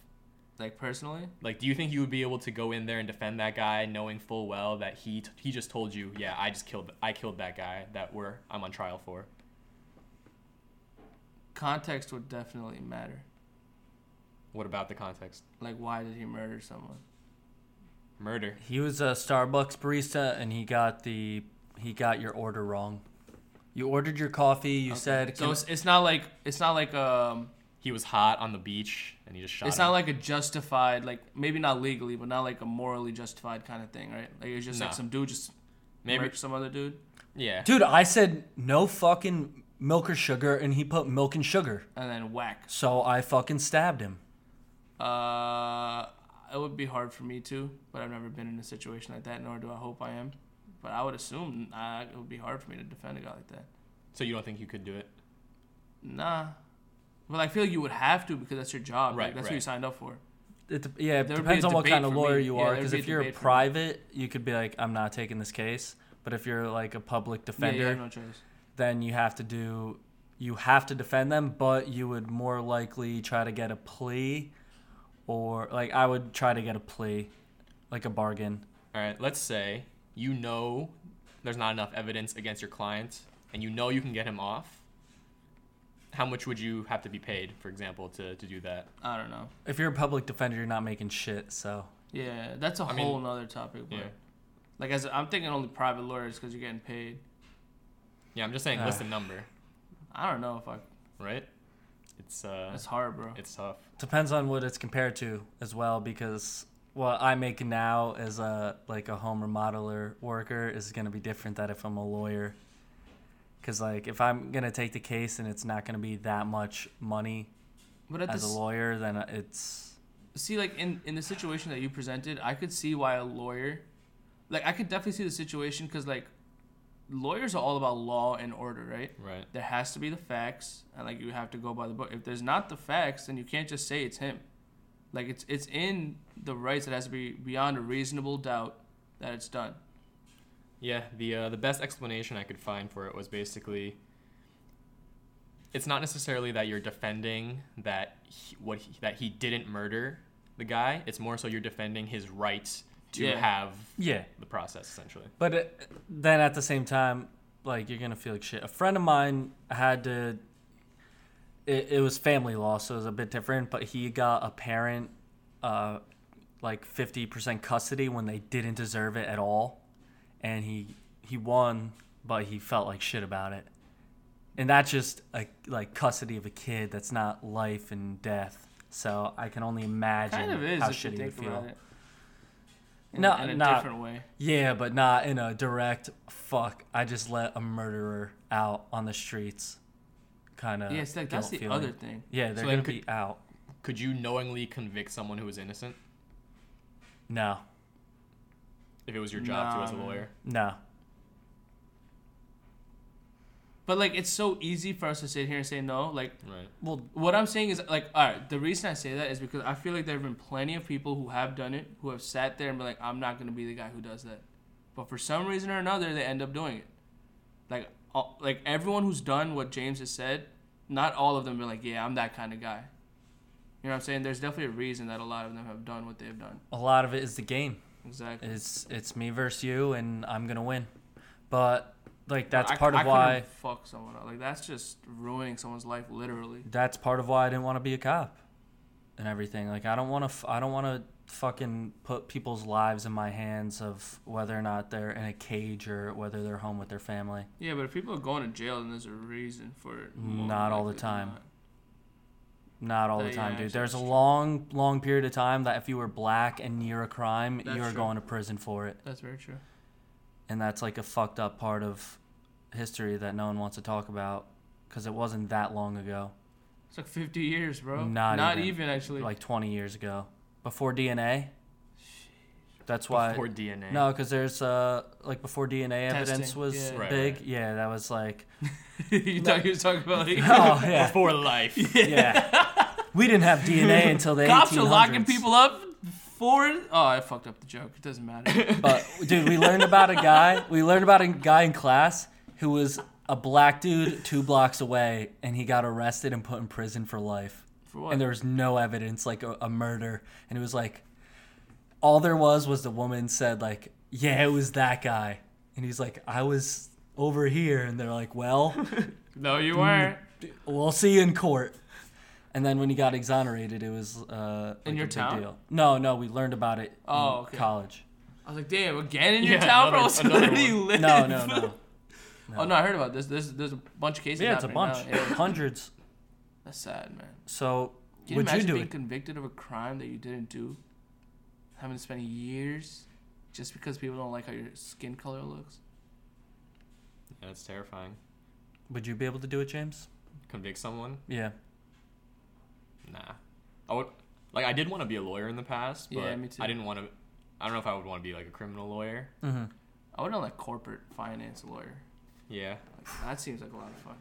[SPEAKER 1] Like personally.
[SPEAKER 5] Like, do you think you would be able to go in there and defend that guy, knowing full well that he t- he just told you, yeah, I just killed I killed that guy that we're I'm on trial for.
[SPEAKER 1] context would definitely matter.
[SPEAKER 5] What about the context?
[SPEAKER 1] Like, why did he murder someone?
[SPEAKER 5] Murder.
[SPEAKER 2] He was a Starbucks barista, and he got the he got your order wrong. You ordered your coffee. You said
[SPEAKER 1] so. It's, it's not like it's not like um.
[SPEAKER 5] he was hot on the beach and he just shot.
[SPEAKER 1] It's
[SPEAKER 5] him.
[SPEAKER 1] not like a justified, like maybe not legally, but not like a morally justified kind of thing, right? Like it's just
[SPEAKER 5] Nah.
[SPEAKER 1] like some dude just
[SPEAKER 5] Maybe-
[SPEAKER 1] murdered some other dude,
[SPEAKER 5] yeah.
[SPEAKER 2] "Dude, I said no fucking milk or sugar," and he put milk and sugar.
[SPEAKER 1] and then whack.
[SPEAKER 2] So I fucking stabbed him.
[SPEAKER 1] Uh, it would be hard for me to, but I've never been in a situation like that, nor do I hope I am. But I would assume uh, it would be hard for me to defend a guy like that.
[SPEAKER 5] So you don't think you could do it?
[SPEAKER 1] Nah. But I feel like you would have to because that's your job. Right.
[SPEAKER 5] Right,
[SPEAKER 1] that's what
[SPEAKER 5] right.
[SPEAKER 1] you signed up for.
[SPEAKER 2] It de- yeah, it
[SPEAKER 1] There would be
[SPEAKER 2] depends
[SPEAKER 1] a
[SPEAKER 2] on what
[SPEAKER 1] debate
[SPEAKER 2] kind of
[SPEAKER 1] for me.
[SPEAKER 2] lawyer you
[SPEAKER 1] Yeah,
[SPEAKER 2] are.
[SPEAKER 1] there'd
[SPEAKER 2] Because
[SPEAKER 1] be a
[SPEAKER 2] if you're a
[SPEAKER 1] debate for me.
[SPEAKER 2] private, you could be like, I'm not taking this case. But if you're like a public
[SPEAKER 1] Yeah, you
[SPEAKER 2] defender,
[SPEAKER 1] have no choice.
[SPEAKER 2] then you have to do, you have to defend them. But you would more likely try to get a plea, or like I would try to get a plea, like a bargain.
[SPEAKER 5] All right, let's say you know there's not enough evidence against your client and you know you can get him off. How much would you have to be paid, for example, to, to do that?
[SPEAKER 1] I don't know.
[SPEAKER 2] If you're a public defender, you're not making shit. So
[SPEAKER 1] Yeah, that's a
[SPEAKER 5] I mean-
[SPEAKER 1] whole nother topic. But
[SPEAKER 5] Yeah.
[SPEAKER 1] like, as I'm thinking, only private lawyers because you're getting paid.
[SPEAKER 5] Yeah, I'm just saying, list
[SPEAKER 1] Uh.
[SPEAKER 2] Ah.
[SPEAKER 5] a number,
[SPEAKER 1] I don't know if I.
[SPEAKER 5] right? It's uh,
[SPEAKER 1] That's hard, bro.
[SPEAKER 5] it's tough.
[SPEAKER 2] depends on what it's compared to as well. Because what I make now as a like a home remodeler worker is going to be different than if I'm a lawyer. Because like if I'm gonna take the case and it's not gonna be that much money
[SPEAKER 1] But at
[SPEAKER 2] as a
[SPEAKER 1] this,
[SPEAKER 2] lawyer, then it's
[SPEAKER 1] see, like in in the situation that you presented, I could see why a lawyer, like I could definitely see the situation because like, lawyers are all about law and order, right?
[SPEAKER 5] Right.
[SPEAKER 1] There has to be the facts, and like you have to go by the book. If there's not the facts, then you can't just say it's him. Like it's it's in the rights. It has to be beyond a reasonable doubt that it's done.
[SPEAKER 5] Yeah, the uh, the best explanation I could find for it was basically it's not necessarily that you're defending that he, what he, that he didn't murder the guy. It's more so you're defending his right to
[SPEAKER 1] Yeah.
[SPEAKER 5] have
[SPEAKER 2] yeah.
[SPEAKER 5] the process essentially.
[SPEAKER 2] But uh, then at the same time, like you're gonna feel like shit. A friend of mine had to. It, it was family law, so it was a bit different. But he got a parent, uh, like fifty percent custody when they didn't deserve it at all, and he he won, but he felt like shit about it. And that's just a, like custody of a kid. That's not life and death. So I can only imagine
[SPEAKER 1] Kind of is
[SPEAKER 2] how
[SPEAKER 1] if you
[SPEAKER 2] shitty you
[SPEAKER 1] think
[SPEAKER 2] feel.
[SPEAKER 1] about it. In,
[SPEAKER 2] No,
[SPEAKER 1] a- in a
[SPEAKER 2] not-
[SPEAKER 1] different way.
[SPEAKER 2] Yeah, but not in a direct fuck. I just let a murderer out on the streets, kind of.
[SPEAKER 1] yeah, it's like that's the other thing.
[SPEAKER 2] Yeah, they're
[SPEAKER 5] So
[SPEAKER 2] gonna
[SPEAKER 5] then
[SPEAKER 2] be out.
[SPEAKER 5] Could you knowingly convict someone who was innocent
[SPEAKER 2] No,
[SPEAKER 5] if it was your job to
[SPEAKER 1] Nah,
[SPEAKER 5] as a
[SPEAKER 1] man.
[SPEAKER 5] lawyer?
[SPEAKER 2] no.
[SPEAKER 1] But like, it's so easy for us to sit here and say no. Like,
[SPEAKER 5] Right.
[SPEAKER 2] Well,
[SPEAKER 1] what I'm saying is like, all right. The reason I say that is because I feel like there have been plenty of people who have done it, who have sat there and been like, I'm not gonna be the guy who does that. But for some reason or another, they end up doing it. Like, all, like everyone who's done what James has said, not all of them are like, yeah, I'm that kind of guy. You know what I'm saying? There's definitely a reason that a lot of them have done what they've done.
[SPEAKER 2] a lot of it is the game.
[SPEAKER 1] Exactly.
[SPEAKER 2] It's it's me versus you, and I'm gonna win. But like that's
[SPEAKER 1] I-
[SPEAKER 2] part
[SPEAKER 1] I
[SPEAKER 2] of
[SPEAKER 1] couldn't
[SPEAKER 2] why.
[SPEAKER 1] fuck someone up. Like that's just ruining someone's life literally.
[SPEAKER 2] That's part of why I didn't want to be a cop, and everything. Like I don't want to. F- I don't want to fucking put people's lives in my hands of whether or not they're in a cage or whether they're home with their family.
[SPEAKER 1] Yeah, but if people are going to jail, then there's a reason for it. more
[SPEAKER 2] Not all the
[SPEAKER 1] likely than
[SPEAKER 2] time.
[SPEAKER 1] not.
[SPEAKER 2] Not all
[SPEAKER 1] That-
[SPEAKER 2] the
[SPEAKER 1] yeah,
[SPEAKER 2] time, dude.
[SPEAKER 1] actually,
[SPEAKER 2] There's a
[SPEAKER 1] that's true.
[SPEAKER 2] long, long period of time that if you were black and near a crime,
[SPEAKER 1] That's
[SPEAKER 2] you were
[SPEAKER 1] true.
[SPEAKER 2] going to prison for it.
[SPEAKER 1] That's very true.
[SPEAKER 2] And that's like a fucked up part of history that no one wants to talk about because it wasn't that long ago.
[SPEAKER 1] It's like 50 years, bro.
[SPEAKER 2] Not
[SPEAKER 1] Not
[SPEAKER 2] even.
[SPEAKER 1] even, actually.
[SPEAKER 2] Like 20 years ago. Before DNA. That's why.
[SPEAKER 5] Before DNA. (laughs)
[SPEAKER 2] No, because there's uh, like before DNA evidence
[SPEAKER 1] Testing,
[SPEAKER 2] was
[SPEAKER 1] yeah. Right,
[SPEAKER 2] big.
[SPEAKER 5] right.
[SPEAKER 2] Yeah, that
[SPEAKER 1] (laughs)
[SPEAKER 2] was like.
[SPEAKER 1] (laughs) you thought you were talking about
[SPEAKER 2] (laughs)
[SPEAKER 1] like,
[SPEAKER 2] Oh, yeah.
[SPEAKER 5] Before life.
[SPEAKER 1] (laughs)
[SPEAKER 2] yeah. We didn't have DNA until the
[SPEAKER 1] cops are
[SPEAKER 2] 1800s.
[SPEAKER 1] locking people up for. Oh, I fucked up the joke. It doesn't
[SPEAKER 2] (laughs)
[SPEAKER 1] matter.
[SPEAKER 2] But dude, we learned about a guy. We learned about a guy in class who was a black dude two blocks away, and he got arrested and put in prison for life.
[SPEAKER 1] For what?
[SPEAKER 2] And there was no evidence, like a, a murder. And it was like, all there was was the woman said like, "Yeah, it was that guy," and he's like, "I was over here," and they're
[SPEAKER 1] (laughs)
[SPEAKER 2] like, "Well,
[SPEAKER 1] no,
[SPEAKER 2] Mm.
[SPEAKER 1] you weren't.
[SPEAKER 2] we'll see you in court." And then when he got exonerated, it was uh, like
[SPEAKER 1] your
[SPEAKER 2] a big
[SPEAKER 1] town?
[SPEAKER 2] deal. No, no, we learned about it
[SPEAKER 1] Oh,
[SPEAKER 2] in
[SPEAKER 1] okay. (laughs)
[SPEAKER 2] college.
[SPEAKER 1] I was like, damn, again in your
[SPEAKER 5] Yeah,
[SPEAKER 1] town, bro?
[SPEAKER 5] another-
[SPEAKER 1] So (laughs)
[SPEAKER 5] another
[SPEAKER 1] where do you live?
[SPEAKER 2] No, no, no.
[SPEAKER 1] (laughs) Oh, no, I heard about this. There's, there's a bunch of cases.
[SPEAKER 2] Yeah, it's a
[SPEAKER 1] happening now.
[SPEAKER 2] bunch,
[SPEAKER 1] Yeah.
[SPEAKER 2] (laughs) hundreds.
[SPEAKER 1] That's sad, man.
[SPEAKER 2] So
[SPEAKER 1] Can you
[SPEAKER 2] would you
[SPEAKER 1] imagine
[SPEAKER 2] do
[SPEAKER 1] being
[SPEAKER 2] it?
[SPEAKER 1] convicted of a crime that you didn't do? Having to spend years just because people don't like how your skin color looks?
[SPEAKER 5] Yeah, that's terrifying.
[SPEAKER 2] Would you be able to do it, James?
[SPEAKER 5] Convict someone?
[SPEAKER 2] Yeah.
[SPEAKER 5] Nah. I would. Like I did want to be a lawyer in the past, but
[SPEAKER 1] Yeah, me too.
[SPEAKER 5] I didn't want to. I don't know if I would want to be like a criminal lawyer.
[SPEAKER 1] Mm-hmm. I would have like corporate finance lawyer.
[SPEAKER 5] Yeah,
[SPEAKER 1] Like, that seems like a lot of fun.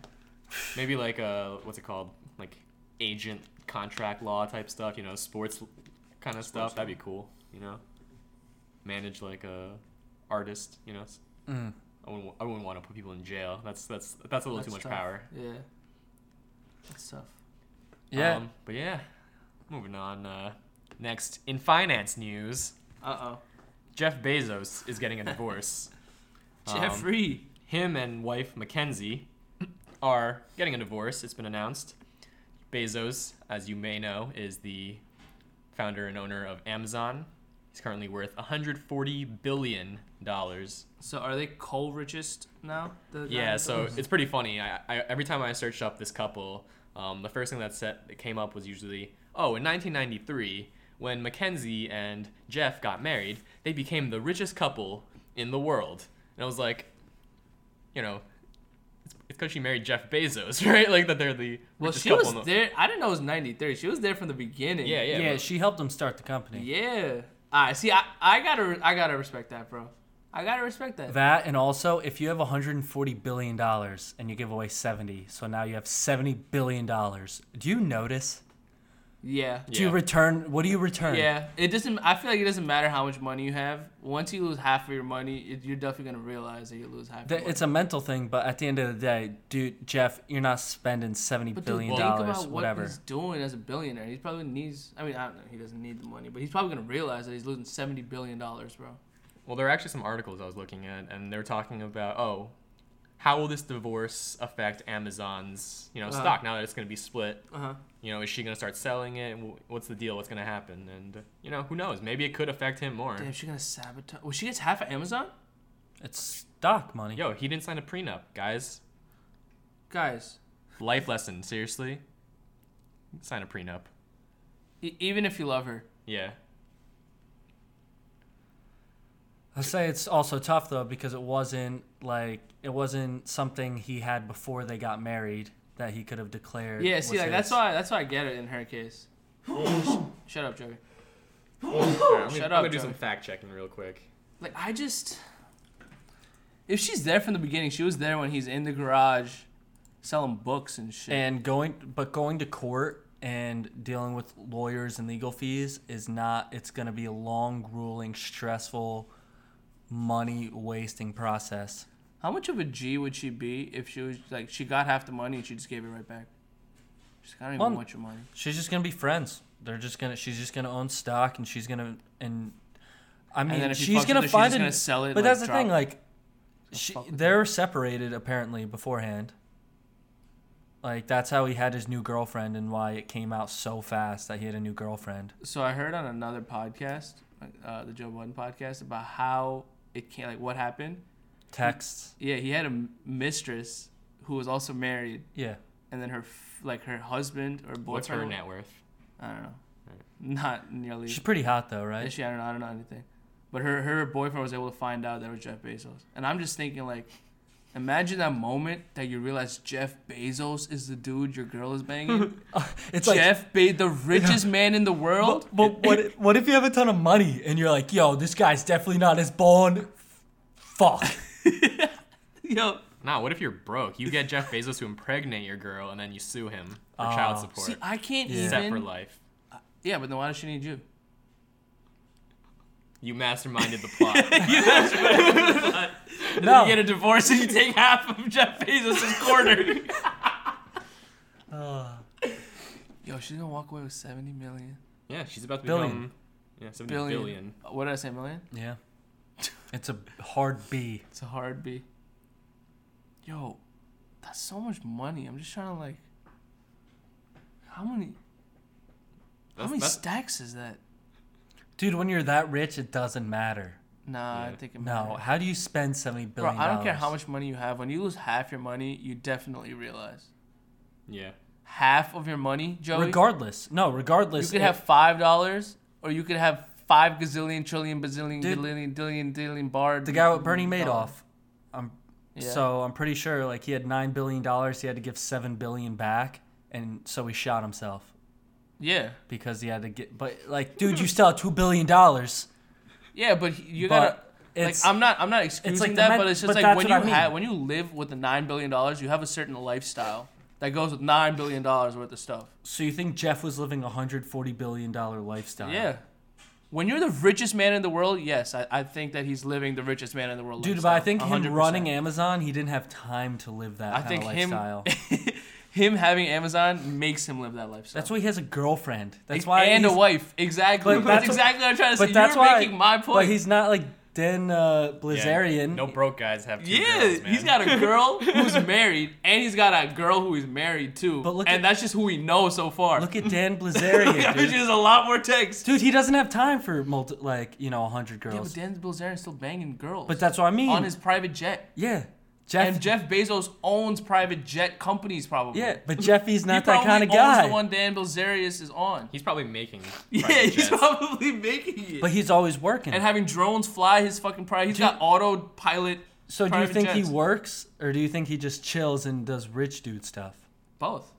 [SPEAKER 5] maybe like uh, what's it called? Like agent contract law type stuff. You know, sports kind of stuff. That'd be cool. You know, manage like a artist. You know, s-
[SPEAKER 2] Mm-hmm.
[SPEAKER 8] Mm.
[SPEAKER 5] I wouldn't. wa- I wouldn't want to put people in jail. That's that's that's a little
[SPEAKER 1] That's
[SPEAKER 5] too much
[SPEAKER 1] tough.
[SPEAKER 5] power.
[SPEAKER 1] Yeah. That's tough.
[SPEAKER 8] Yeah.
[SPEAKER 5] Um, but yeah, moving on. Uh, next in finance news,
[SPEAKER 1] Uh oh.
[SPEAKER 5] Jeff Bezos is getting a divorce.
[SPEAKER 1] (laughs)
[SPEAKER 5] Um,
[SPEAKER 1] Jeffrey.
[SPEAKER 5] him and wife Mackenzie are getting a divorce. It's been announced. Bezos, as you may know, is the founder and owner of Amazon. He's currently worth 140 billion dollars.
[SPEAKER 1] So are they co richest now? The-
[SPEAKER 5] Yeah,
[SPEAKER 1] the-
[SPEAKER 5] so it's pretty funny. I, I every time I searched up this couple, um, the first thing that set that came up was usually, oh, in 1993, when Mackenzie and Jeff got married, they became the richest couple in the world. And I was like, you know, it's because she married Jeff Bezos, (laughs) right? Like that they're the
[SPEAKER 1] Well,
[SPEAKER 5] richest
[SPEAKER 1] she
[SPEAKER 5] couple
[SPEAKER 1] was
[SPEAKER 5] in the
[SPEAKER 1] there. I didn't know it was 93. She was there from the beginning.
[SPEAKER 5] yeah, yeah,
[SPEAKER 2] Yeah,
[SPEAKER 5] but-
[SPEAKER 2] she helped him start the company.
[SPEAKER 1] Yeah. All right. See, I, I gotta I gotta respect that, bro. I gotta respect that.
[SPEAKER 2] That and also, if you have 140 billion dollars and you give away 70, so now you have 70 billion dollars. Do you notice?
[SPEAKER 1] yeah.
[SPEAKER 2] Do you
[SPEAKER 5] Yeah.
[SPEAKER 2] return? What do you return?
[SPEAKER 1] Yeah. It doesn't. I feel like it doesn't matter how much money you have. Once you lose half of your money, it, you're definitely gonna realize that you lose half.
[SPEAKER 2] Th-
[SPEAKER 1] your
[SPEAKER 2] It's
[SPEAKER 1] money.
[SPEAKER 2] a mental thing, but at the end of the day, dude, Jeff, you're not spending 70
[SPEAKER 1] But
[SPEAKER 2] billion
[SPEAKER 1] dude, think
[SPEAKER 2] dollars,
[SPEAKER 1] about what
[SPEAKER 2] whatever.
[SPEAKER 1] he's doing as a billionaire. He probably needs. I mean, I don't know. He doesn't need the money, but he's probably gonna realize that he's losing 70 billion dollars, bro.
[SPEAKER 5] Well, there are actually some articles I was looking at, and they're talking about oh, how will this divorce affect Amazon's you know
[SPEAKER 1] Uh-huh.
[SPEAKER 5] stock now that it's going to be split?
[SPEAKER 1] Uh huh.
[SPEAKER 5] You know, is she going to start selling it? Wh- What's the deal? What's going to happen? And you know, who knows? Maybe it could affect him more.
[SPEAKER 1] Damn, she gonna sabotage. Well, she gets half of Amazon,
[SPEAKER 2] It's stock money.
[SPEAKER 5] Yo, he didn't sign a prenup, guys.
[SPEAKER 1] guys.
[SPEAKER 5] Life lesson, seriously. Sign a prenup.
[SPEAKER 1] E- even if you love her, (laughs)
[SPEAKER 5] Yeah.
[SPEAKER 2] I say it's also tough though because it wasn't like it wasn't something he had before they got married that he could have declared.
[SPEAKER 1] Yeah, see,
[SPEAKER 2] was
[SPEAKER 1] like that's
[SPEAKER 2] his.
[SPEAKER 1] why that's why I get it in her
[SPEAKER 2] (gasps)
[SPEAKER 1] case. Shut up, Joey.
[SPEAKER 5] Alright, I'm gonna,
[SPEAKER 1] Shut
[SPEAKER 5] I'm
[SPEAKER 1] up,
[SPEAKER 5] gonna do
[SPEAKER 1] Joey.
[SPEAKER 5] some fact checking real quick.
[SPEAKER 1] Like I just, if she's there from the beginning, she was there when he's in the garage, selling books and shit.
[SPEAKER 2] And going, but going to court and dealing with lawyers and legal fees is not. It's going to be a long, grueling, stressful, money wasting process.
[SPEAKER 1] How much of a G would she be if she was like she got half the money and she just gave it right back? She's like, I don't even
[SPEAKER 2] Well,
[SPEAKER 1] want your money.
[SPEAKER 2] She's just going to be friends. They're just gonna. She's just gonna own stock, and she's gonna. And I mean,
[SPEAKER 1] then if he fucks
[SPEAKER 2] she's
[SPEAKER 1] with
[SPEAKER 2] gonna
[SPEAKER 1] her, she's
[SPEAKER 2] find
[SPEAKER 1] just
[SPEAKER 2] it.
[SPEAKER 1] gonna sell it, like,
[SPEAKER 2] But that's the
[SPEAKER 1] drop
[SPEAKER 2] thing.
[SPEAKER 1] it.
[SPEAKER 2] Like, she, they're separated apparently beforehand. Like that's how he had his new girlfriend, and why it came out so fast that he had a new girlfriend.
[SPEAKER 1] So I heard on another podcast, like, uh, the Joe Budden podcast, about how it can't like what happened.
[SPEAKER 2] Texts.
[SPEAKER 1] Yeah, he had a m- mistress who was also married,
[SPEAKER 2] Yeah.
[SPEAKER 1] and then her f- like her husband or boyfriend.
[SPEAKER 5] What's her net worth?
[SPEAKER 1] I don't know. Not nearly.
[SPEAKER 2] She's pretty hot though, right?
[SPEAKER 1] Is she? I don't know. I don't know anything. But her her boyfriend was able to find out that it was Jeff Bezos, and I'm just thinking like, imagine that moment that you realize Jeff Bezos is the dude your girl is banging.
[SPEAKER 2] (laughs) It's like,
[SPEAKER 1] Jeff, Be- the richest man in the world.
[SPEAKER 2] but, but what, if- what if you have a ton of money and you're like, yo, this guy's definitely not as born.
[SPEAKER 1] (laughs)
[SPEAKER 2] Fuck.
[SPEAKER 1] Yo,
[SPEAKER 5] Nah, what if you're broke? You get Jeff Bezos to impregnate your girl, and then you sue him for child support.
[SPEAKER 1] Oh. see, I can't
[SPEAKER 5] set for
[SPEAKER 1] even.
[SPEAKER 5] life.
[SPEAKER 1] Yeah, but then why does she need you?
[SPEAKER 5] You masterminded the
[SPEAKER 1] (laughs)
[SPEAKER 5] plot.
[SPEAKER 2] no.
[SPEAKER 1] You get a divorce and you take half of Jeff Bezos' corner. Yo, she's gonna walk away with seventy million.
[SPEAKER 5] (laughs) yeah, she's about to
[SPEAKER 2] Billion.
[SPEAKER 5] become yeah, 70
[SPEAKER 1] Billion.
[SPEAKER 5] billion.
[SPEAKER 1] What did I say, million?
[SPEAKER 2] yeah. It's a hard B.
[SPEAKER 1] It's a hard B. Yo, that's so much money. I'm just trying to like. How many? how
[SPEAKER 5] That's-
[SPEAKER 1] many
[SPEAKER 5] that's-
[SPEAKER 1] stacks is that?
[SPEAKER 2] Dude, when you're that rich, it doesn't matter.
[SPEAKER 1] Nah, I
[SPEAKER 5] Yeah.
[SPEAKER 1] think it
[SPEAKER 2] No,
[SPEAKER 1] matters.
[SPEAKER 2] how do you spend seventy
[SPEAKER 1] Bro,
[SPEAKER 2] billion?
[SPEAKER 1] I don't care how much money you have. When you lose half your money, you definitely realize
[SPEAKER 5] Yeah.
[SPEAKER 1] half of your money, Joey.
[SPEAKER 2] Regardless, no,
[SPEAKER 1] you
[SPEAKER 2] regardless,
[SPEAKER 1] could
[SPEAKER 2] it-
[SPEAKER 1] have five dollars, or you could have five gazillion, trillion, bazillion,
[SPEAKER 2] Dude.
[SPEAKER 1] billion, dillion, dillion, bar.
[SPEAKER 2] the guy with Bernie
[SPEAKER 1] dollar.
[SPEAKER 2] Madoff. I'm
[SPEAKER 1] Yeah.
[SPEAKER 2] so I'm pretty sure like he had nine billion dollars. He had to give seven billion back, and so he shot himself.
[SPEAKER 1] Yeah.
[SPEAKER 2] because he had to get. But like, dude, you still have two billion dollars.
[SPEAKER 1] Yeah, but he- you gotta.
[SPEAKER 2] But
[SPEAKER 1] Like
[SPEAKER 2] it's
[SPEAKER 1] I'm not I'm not excusing
[SPEAKER 2] like the
[SPEAKER 1] that,
[SPEAKER 2] men-
[SPEAKER 1] but it's just
[SPEAKER 2] but
[SPEAKER 1] like
[SPEAKER 2] that's
[SPEAKER 1] when you
[SPEAKER 2] what I mean.
[SPEAKER 1] have when you live with the nine billion dollars, you have a certain lifestyle that goes with nine billion dollars worth of stuff.
[SPEAKER 2] so you think Jeff was living a hundred forty billion dollar lifestyle?
[SPEAKER 1] Yeah. When you're the richest man in the world, yes, I, I think that he's living the richest man in the world.
[SPEAKER 2] dude. But I
[SPEAKER 1] lifestyle,
[SPEAKER 2] think him
[SPEAKER 1] 100%.
[SPEAKER 2] running Amazon, he didn't have time to live that
[SPEAKER 1] I
[SPEAKER 2] kind
[SPEAKER 1] think
[SPEAKER 2] of
[SPEAKER 1] him- (laughs)
[SPEAKER 2] lifestyle.
[SPEAKER 1] him having Amazon makes him live that lifestyle.
[SPEAKER 2] that's why he has a girlfriend. That's
[SPEAKER 1] Ex-
[SPEAKER 2] why
[SPEAKER 1] and a
[SPEAKER 2] he's-
[SPEAKER 1] wife. Exactly.
[SPEAKER 2] But
[SPEAKER 1] that's
[SPEAKER 2] that's-
[SPEAKER 1] exactly what I'm trying to say.
[SPEAKER 2] But that's
[SPEAKER 1] You're
[SPEAKER 2] why.
[SPEAKER 1] making my point.
[SPEAKER 2] But he's not like Dan uh, Blazarian.
[SPEAKER 5] No broke guys have two
[SPEAKER 1] yeah,
[SPEAKER 5] girls, man.
[SPEAKER 1] he's got a
[SPEAKER 5] (laughs)
[SPEAKER 1] girl who's married, and he's got a girl who he's married to.
[SPEAKER 2] But look
[SPEAKER 1] and
[SPEAKER 2] at-
[SPEAKER 1] that's just who we know so far. (laughs)
[SPEAKER 2] Look at Dan Blazarian,
[SPEAKER 1] Which
[SPEAKER 2] dude.
[SPEAKER 1] is a lot more text.
[SPEAKER 2] Dude, he doesn't have time for multi, like you know, hundred
[SPEAKER 1] Yeah, but
[SPEAKER 2] girls.
[SPEAKER 1] Dan Bilzerian's still banging girls.
[SPEAKER 2] but that's what I mean.
[SPEAKER 1] on his private jet.
[SPEAKER 2] yeah, Jeff.
[SPEAKER 1] And Jeff Bezos owns private jet companies, probably.
[SPEAKER 2] yeah,
[SPEAKER 1] (laughs)
[SPEAKER 2] but Jeffy's
[SPEAKER 1] He
[SPEAKER 2] not that
[SPEAKER 1] probably
[SPEAKER 2] kind of
[SPEAKER 1] owns
[SPEAKER 2] guy.
[SPEAKER 1] the one Dan Bilzerius is on.
[SPEAKER 5] He's probably making.
[SPEAKER 1] (laughs) Yeah,
[SPEAKER 5] private
[SPEAKER 1] he's
[SPEAKER 5] jets.
[SPEAKER 1] probably making it.
[SPEAKER 2] But he's always working.
[SPEAKER 1] and having drones fly his fucking private. He's
[SPEAKER 2] Do-
[SPEAKER 1] got autopilot.
[SPEAKER 2] so do you
[SPEAKER 1] private
[SPEAKER 2] think he
[SPEAKER 1] jets.
[SPEAKER 2] works, or do you think he just chills and does rich dude stuff?
[SPEAKER 1] Both.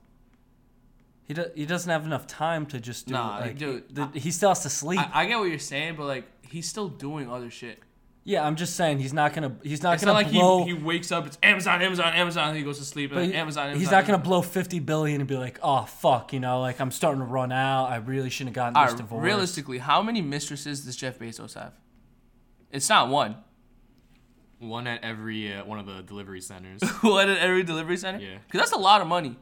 [SPEAKER 2] He do, he doesn't have enough time to just do.
[SPEAKER 1] Nah,
[SPEAKER 2] like,
[SPEAKER 1] dude,
[SPEAKER 2] the- he still has to sleep.
[SPEAKER 1] I, I get what you're saying, but like he's still doing other shit.
[SPEAKER 2] yeah, I'm just saying he's not gonna he's not
[SPEAKER 1] It's
[SPEAKER 2] gonna
[SPEAKER 1] not like
[SPEAKER 2] blow.
[SPEAKER 1] he, he wakes up, it's Amazon, Amazon, Amazon, and he goes to sleep, and
[SPEAKER 2] But
[SPEAKER 1] then
[SPEAKER 2] he-
[SPEAKER 1] Amazon, Amazon.
[SPEAKER 2] he's not gonna
[SPEAKER 1] Amazon.
[SPEAKER 2] blow fifty billion and be like, oh fuck, you know, like I'm starting to run out. I really shouldn't have gotten
[SPEAKER 1] All
[SPEAKER 2] this
[SPEAKER 1] right,
[SPEAKER 2] divorce.
[SPEAKER 1] realistically, how many mistresses does Jeff Bezos have? It's not one. (laughs)
[SPEAKER 5] One at every uh, one of the
[SPEAKER 1] (laughs)
[SPEAKER 5] delivery centers.
[SPEAKER 1] one at every delivery center.
[SPEAKER 5] Yeah.
[SPEAKER 1] because that's a lot of money.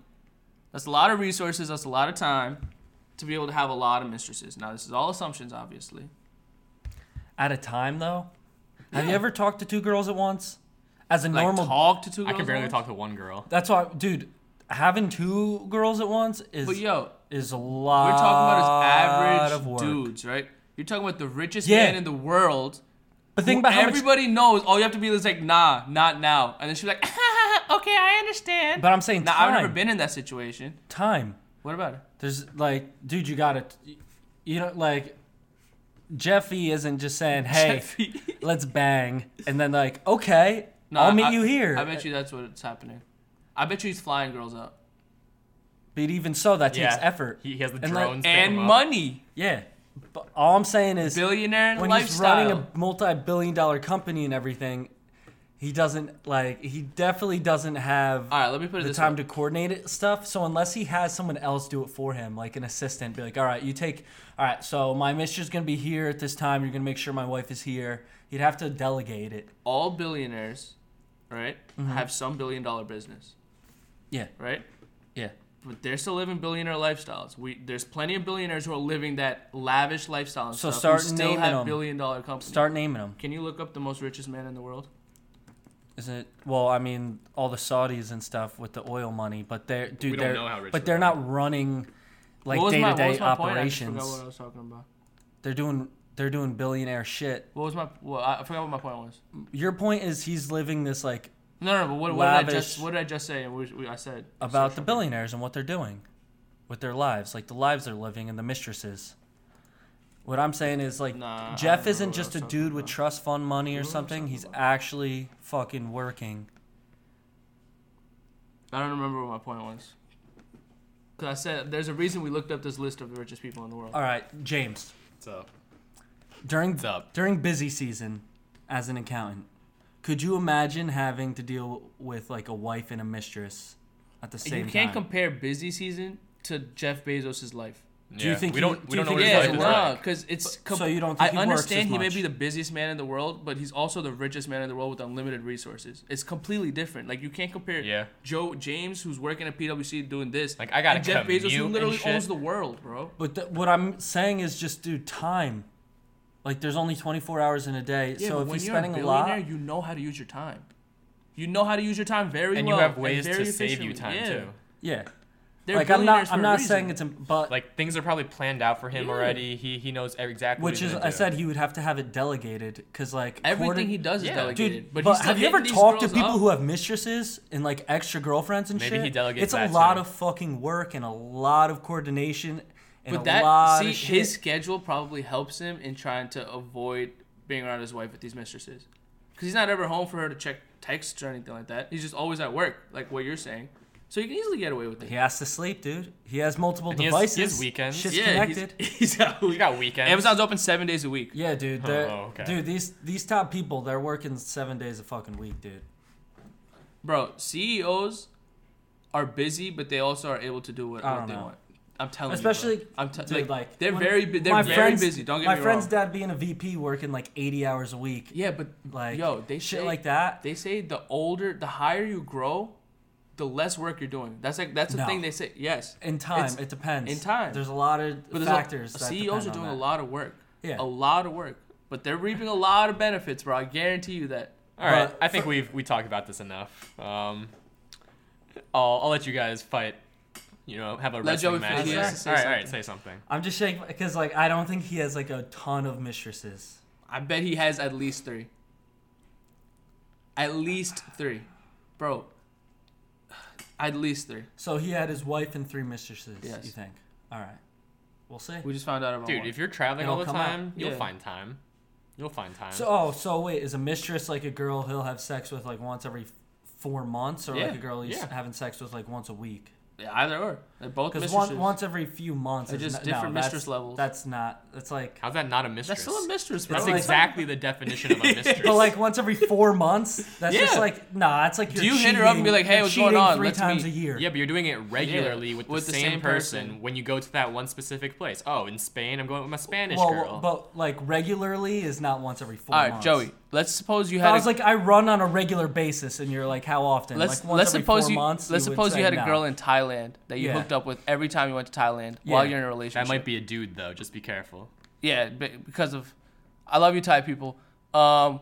[SPEAKER 1] That's a lot of resources. That's a lot of time to be able to have a lot of mistresses. Now, this is all assumptions, obviously.
[SPEAKER 2] at a time though. Have you ever talked to two girls at once? As a
[SPEAKER 1] Like
[SPEAKER 2] normal,
[SPEAKER 1] talk to two.
[SPEAKER 5] I
[SPEAKER 1] Girls
[SPEAKER 5] can barely
[SPEAKER 1] at once?
[SPEAKER 5] talk to one girl.
[SPEAKER 2] that's why, dude. Having two girls at once is
[SPEAKER 1] But yo,
[SPEAKER 2] is a lot.
[SPEAKER 1] We're talking about his
[SPEAKER 2] of work.
[SPEAKER 1] average dudes, right? You're talking about the richest
[SPEAKER 2] Yeah.
[SPEAKER 1] man in the world.
[SPEAKER 2] But
[SPEAKER 1] Who
[SPEAKER 2] think about how much.
[SPEAKER 1] everybody knows. All you have to be is like, nah, not now. And then she's like, (laughs) okay, I understand.
[SPEAKER 2] But I'm saying
[SPEAKER 1] now,
[SPEAKER 2] time.
[SPEAKER 1] I've never been in that situation.
[SPEAKER 2] time.
[SPEAKER 1] What about it?
[SPEAKER 2] There's like, dude, you gotta, you know, like, Jeffy isn't just
[SPEAKER 1] (laughs)
[SPEAKER 2] saying, hey, let's bang, and then like, okay, I'll meet
[SPEAKER 1] I-
[SPEAKER 2] you here.
[SPEAKER 1] I bet you that's what's happening. I bet you he's flying girls out
[SPEAKER 2] But even so, that takes
[SPEAKER 5] Yeah.
[SPEAKER 2] effort.
[SPEAKER 5] He, he has the
[SPEAKER 2] And, like,
[SPEAKER 5] drones. pick
[SPEAKER 1] and
[SPEAKER 5] him up.
[SPEAKER 1] money,
[SPEAKER 2] yeah. But all I'm saying is,
[SPEAKER 1] billionaire
[SPEAKER 2] when
[SPEAKER 1] lifestyle.
[SPEAKER 2] he's running a multi-billion-dollar company and everything, he doesn't like. He definitely doesn't have.
[SPEAKER 1] all right, let me put it
[SPEAKER 2] the
[SPEAKER 1] this
[SPEAKER 2] time
[SPEAKER 1] way.
[SPEAKER 2] to coordinate it stuff. So unless he has someone else do it for him, like an assistant, be like, all right, you take, all right, so my mistress gonna be here at this time. You're gonna make sure my wife is here. He'd have to delegate it.
[SPEAKER 1] all billionaires, right, have some billion dollar business.
[SPEAKER 2] Mm-hmm. Yeah.
[SPEAKER 1] Right.
[SPEAKER 2] Yeah.
[SPEAKER 1] But they're still living billionaire lifestyles. We there's plenty of billionaires who are living that lavish lifestyle. And
[SPEAKER 2] So
[SPEAKER 1] stuff,
[SPEAKER 2] start
[SPEAKER 1] who still
[SPEAKER 2] naming
[SPEAKER 1] have
[SPEAKER 2] them.
[SPEAKER 1] billion dollar companies.
[SPEAKER 2] Start naming them.
[SPEAKER 1] Can you look up the most richest man in the world?
[SPEAKER 2] Isn't it? Well, I mean, all the Saudis and stuff with the oil money, but they're dude,
[SPEAKER 5] don't
[SPEAKER 2] they're
[SPEAKER 5] know how rich
[SPEAKER 2] but
[SPEAKER 5] they
[SPEAKER 2] they're
[SPEAKER 5] are.
[SPEAKER 2] not running like day to day
[SPEAKER 1] Point? I just forgot
[SPEAKER 2] operations.
[SPEAKER 1] what I was talking about.
[SPEAKER 2] They're doing they're doing billionaire shit.
[SPEAKER 1] What was my? Well, I I forgot what my point was.
[SPEAKER 2] Your point is he's living this like
[SPEAKER 1] No, no. no but what, what did I just?
[SPEAKER 2] Lavish.
[SPEAKER 1] What did I just say? And we, we, I said
[SPEAKER 2] about the
[SPEAKER 1] social-
[SPEAKER 2] billionaires and what they're doing with their lives, like the lives they're living and the mistresses. What I'm saying is like
[SPEAKER 1] Nah, I
[SPEAKER 2] Jeff
[SPEAKER 1] don't know
[SPEAKER 2] isn't
[SPEAKER 1] what
[SPEAKER 2] just
[SPEAKER 1] I
[SPEAKER 2] a
[SPEAKER 1] was talking
[SPEAKER 2] dude with
[SPEAKER 1] about.
[SPEAKER 2] trust fund money or
[SPEAKER 1] know what I was
[SPEAKER 2] something.
[SPEAKER 1] talking
[SPEAKER 2] He's
[SPEAKER 1] about.
[SPEAKER 2] actually fucking working.
[SPEAKER 1] I don't remember what my point was. Cause I said there's a reason we looked up this list of the richest people in the world.
[SPEAKER 2] All right, James.
[SPEAKER 5] So
[SPEAKER 2] During
[SPEAKER 5] What's up?
[SPEAKER 2] during busy season as an accountant, could you imagine having to deal with like a wife and a mistress at the same
[SPEAKER 1] you can't
[SPEAKER 2] time?
[SPEAKER 1] compare busy season to Jeff Bezos' life.
[SPEAKER 5] yeah.
[SPEAKER 2] you think
[SPEAKER 5] we
[SPEAKER 2] he-
[SPEAKER 5] don't?
[SPEAKER 2] do
[SPEAKER 5] we
[SPEAKER 2] you
[SPEAKER 5] don't know what
[SPEAKER 2] think he
[SPEAKER 5] his
[SPEAKER 1] Yeah,
[SPEAKER 5] life
[SPEAKER 2] has a
[SPEAKER 5] is
[SPEAKER 2] work?
[SPEAKER 1] no,
[SPEAKER 5] like.
[SPEAKER 1] because it's.
[SPEAKER 2] so you don't think
[SPEAKER 1] I
[SPEAKER 2] he works as
[SPEAKER 1] understand he may
[SPEAKER 2] much?
[SPEAKER 1] be the busiest man in the world, but he's also the richest man in the world with unlimited resources. It's completely different. Like you can't compare
[SPEAKER 5] Yeah.
[SPEAKER 1] Joe James, who's working at PwC doing this,
[SPEAKER 5] Like, I gotta
[SPEAKER 1] and Jeff Bezos,
[SPEAKER 5] commute
[SPEAKER 1] who
[SPEAKER 5] and
[SPEAKER 1] literally
[SPEAKER 5] shit.
[SPEAKER 1] owns the world, bro.
[SPEAKER 2] But th- what I'm saying is just, dude, time. Like, there's only 24 hours in a day. so if he's spending a, lot,
[SPEAKER 1] you know how to use your time. You know how to use your time very
[SPEAKER 5] And
[SPEAKER 1] well.
[SPEAKER 5] you have ways to
[SPEAKER 1] very
[SPEAKER 5] save you
[SPEAKER 1] efficiently.
[SPEAKER 5] time
[SPEAKER 1] yeah.
[SPEAKER 5] too.
[SPEAKER 2] yeah.
[SPEAKER 1] They're
[SPEAKER 2] like, I'm
[SPEAKER 1] billionaires
[SPEAKER 2] not,
[SPEAKER 1] for
[SPEAKER 2] I'm
[SPEAKER 1] a
[SPEAKER 2] not
[SPEAKER 1] reason.
[SPEAKER 2] saying it's, a, but
[SPEAKER 5] Like things are probably planned out for him
[SPEAKER 1] Yeah.
[SPEAKER 5] already. He he knows ev- exactly.
[SPEAKER 2] which
[SPEAKER 5] what he's
[SPEAKER 2] is,
[SPEAKER 5] gonna
[SPEAKER 2] I
[SPEAKER 5] do.
[SPEAKER 2] said he would have to have it delegated because, like,
[SPEAKER 1] everything
[SPEAKER 2] quarter-
[SPEAKER 1] he does is
[SPEAKER 5] Yeah.
[SPEAKER 1] delegated.
[SPEAKER 2] Dude,
[SPEAKER 1] but
[SPEAKER 2] but,
[SPEAKER 1] he's still
[SPEAKER 2] have you ever
[SPEAKER 1] hitting these
[SPEAKER 2] talked to
[SPEAKER 1] girls
[SPEAKER 2] people
[SPEAKER 1] up.
[SPEAKER 2] who have mistresses and like extra girlfriends and
[SPEAKER 5] Maybe
[SPEAKER 2] shit?
[SPEAKER 5] he delegates
[SPEAKER 2] It's a
[SPEAKER 5] that,
[SPEAKER 2] lot
[SPEAKER 5] too.
[SPEAKER 2] of fucking work and a lot of coordination and
[SPEAKER 1] But
[SPEAKER 2] a
[SPEAKER 1] that
[SPEAKER 2] lot
[SPEAKER 1] see
[SPEAKER 2] of shit.
[SPEAKER 1] his schedule probably helps him in trying to avoid being around his wife with these mistresses, because he's not ever home for her to check texts or anything like that. He's just always at work, like what you're saying. So you can easily get away with it.
[SPEAKER 2] He has to sleep, dude. He has multiple
[SPEAKER 5] And he has- he has
[SPEAKER 2] devices.
[SPEAKER 5] weekends. Oh,
[SPEAKER 2] Shit's
[SPEAKER 1] Yeah, he's- (laughs)
[SPEAKER 2] connected.
[SPEAKER 1] He's got
[SPEAKER 5] We got weekends.
[SPEAKER 1] Amazon's open seven days a week.
[SPEAKER 2] Yeah, dude. They're,
[SPEAKER 5] Oh, okay.
[SPEAKER 2] Dude, these these top people, they're working seven days a fucking week, dude.
[SPEAKER 1] Bro, CEOs are busy, but they also are able to do what,
[SPEAKER 2] I
[SPEAKER 1] what
[SPEAKER 2] don't
[SPEAKER 1] they
[SPEAKER 2] know.
[SPEAKER 1] want. I'm telling you,
[SPEAKER 2] Especially,
[SPEAKER 1] bro. I'm t-
[SPEAKER 2] dude, like,
[SPEAKER 1] they're
[SPEAKER 2] when-
[SPEAKER 1] very bu- they're
[SPEAKER 2] my
[SPEAKER 1] very
[SPEAKER 2] friends-
[SPEAKER 1] busy. Don't get
[SPEAKER 2] my
[SPEAKER 1] me
[SPEAKER 2] friend's
[SPEAKER 1] wrong.
[SPEAKER 2] dad being a VP working like 80 hours a week.
[SPEAKER 1] yeah, but
[SPEAKER 2] Like,
[SPEAKER 1] yo, they
[SPEAKER 2] shit
[SPEAKER 1] say-
[SPEAKER 2] like that.
[SPEAKER 1] they say the older, the higher you grow, the less work you're doing. That's like that's the
[SPEAKER 2] No.
[SPEAKER 1] thing they say. Yes,
[SPEAKER 2] In time,
[SPEAKER 1] It's-
[SPEAKER 2] it depends.
[SPEAKER 1] in time.
[SPEAKER 2] There's a lot of
[SPEAKER 1] but there's
[SPEAKER 2] factors.
[SPEAKER 1] A,
[SPEAKER 2] that
[SPEAKER 1] CEOs
[SPEAKER 2] depend
[SPEAKER 1] are
[SPEAKER 2] on
[SPEAKER 1] doing a
[SPEAKER 2] that.
[SPEAKER 1] lot of work.
[SPEAKER 2] Yeah.
[SPEAKER 1] a lot of work, but they're reaping a lot of benefits, bro. I guarantee you that.
[SPEAKER 5] All right,
[SPEAKER 2] But
[SPEAKER 5] I think we've we talked about this enough. Um, I'll, I'll let you guys fight. You know, have a
[SPEAKER 1] Let Joey
[SPEAKER 5] wrestling match.
[SPEAKER 1] finish.
[SPEAKER 5] later.
[SPEAKER 1] He has to
[SPEAKER 5] all right,
[SPEAKER 1] say
[SPEAKER 5] all right, say something.
[SPEAKER 2] I'm just shaking because like I don't think he has like a ton of mistresses.
[SPEAKER 1] I bet he has at least three. At least three, bro. At least three.
[SPEAKER 2] So he had his wife and three mistresses.
[SPEAKER 1] Yes.
[SPEAKER 2] You think? All right. We'll see.
[SPEAKER 1] We just found out about
[SPEAKER 5] Dude,
[SPEAKER 1] one.
[SPEAKER 5] if you're traveling
[SPEAKER 2] It'll
[SPEAKER 5] all the
[SPEAKER 2] come out.
[SPEAKER 5] time, you'll
[SPEAKER 1] Yeah.
[SPEAKER 5] find time. You'll find time.
[SPEAKER 2] So oh, so wait, is a mistress like a girl he'll have sex with like once every f- four months, or
[SPEAKER 5] Yeah,
[SPEAKER 2] like a girl he's
[SPEAKER 5] yeah.
[SPEAKER 2] having sex with like once a week?
[SPEAKER 1] Yeah, either or, they're both
[SPEAKER 2] Because
[SPEAKER 1] mistresses.
[SPEAKER 2] one, once every few months,
[SPEAKER 1] They're
[SPEAKER 2] is
[SPEAKER 1] just
[SPEAKER 2] no- no,
[SPEAKER 1] different
[SPEAKER 2] that's-
[SPEAKER 1] mistress levels.
[SPEAKER 2] That's not. That's like.
[SPEAKER 5] How's that not a mistress?
[SPEAKER 1] That's still a mistress, bro.
[SPEAKER 5] That's
[SPEAKER 2] like-
[SPEAKER 5] exactly the definition
[SPEAKER 2] (laughs)
[SPEAKER 5] of a mistress.
[SPEAKER 2] But like once every four months, that's just
[SPEAKER 1] Yeah.
[SPEAKER 2] like nah. It's like
[SPEAKER 1] Do
[SPEAKER 2] you're
[SPEAKER 1] you hit her up and be
[SPEAKER 2] cheating-
[SPEAKER 1] like, "Hey,
[SPEAKER 2] you're
[SPEAKER 1] what's going
[SPEAKER 2] cheating
[SPEAKER 1] on?
[SPEAKER 2] Three
[SPEAKER 1] Let's
[SPEAKER 2] times
[SPEAKER 1] meet."
[SPEAKER 2] a year.
[SPEAKER 5] yeah, but you're doing it regularly with, the, same, person,
[SPEAKER 1] person.
[SPEAKER 5] when you go to that one specific place. Oh, in Spain, I'm going with my Spanish
[SPEAKER 2] Well,
[SPEAKER 5] girl.
[SPEAKER 2] but like regularly is not once every four.
[SPEAKER 1] All right,
[SPEAKER 2] months.
[SPEAKER 1] Joey. Let's suppose you
[SPEAKER 2] If I
[SPEAKER 1] had.
[SPEAKER 2] was
[SPEAKER 1] a,
[SPEAKER 2] like, I run on a regular basis, and you're like, how often?
[SPEAKER 1] let's
[SPEAKER 2] like once
[SPEAKER 1] let's
[SPEAKER 2] every
[SPEAKER 1] suppose
[SPEAKER 2] four
[SPEAKER 1] you
[SPEAKER 2] months.
[SPEAKER 1] let's
[SPEAKER 2] would
[SPEAKER 1] suppose
[SPEAKER 2] say
[SPEAKER 1] you had a
[SPEAKER 2] no.
[SPEAKER 1] girl in Thailand that you
[SPEAKER 2] Yeah.
[SPEAKER 1] hooked up with every time you went to Thailand while
[SPEAKER 2] Yeah.
[SPEAKER 1] you're in a relationship.
[SPEAKER 5] that might be a dude though. Just be careful.
[SPEAKER 1] Yeah, be- because of I love you Thai people. Um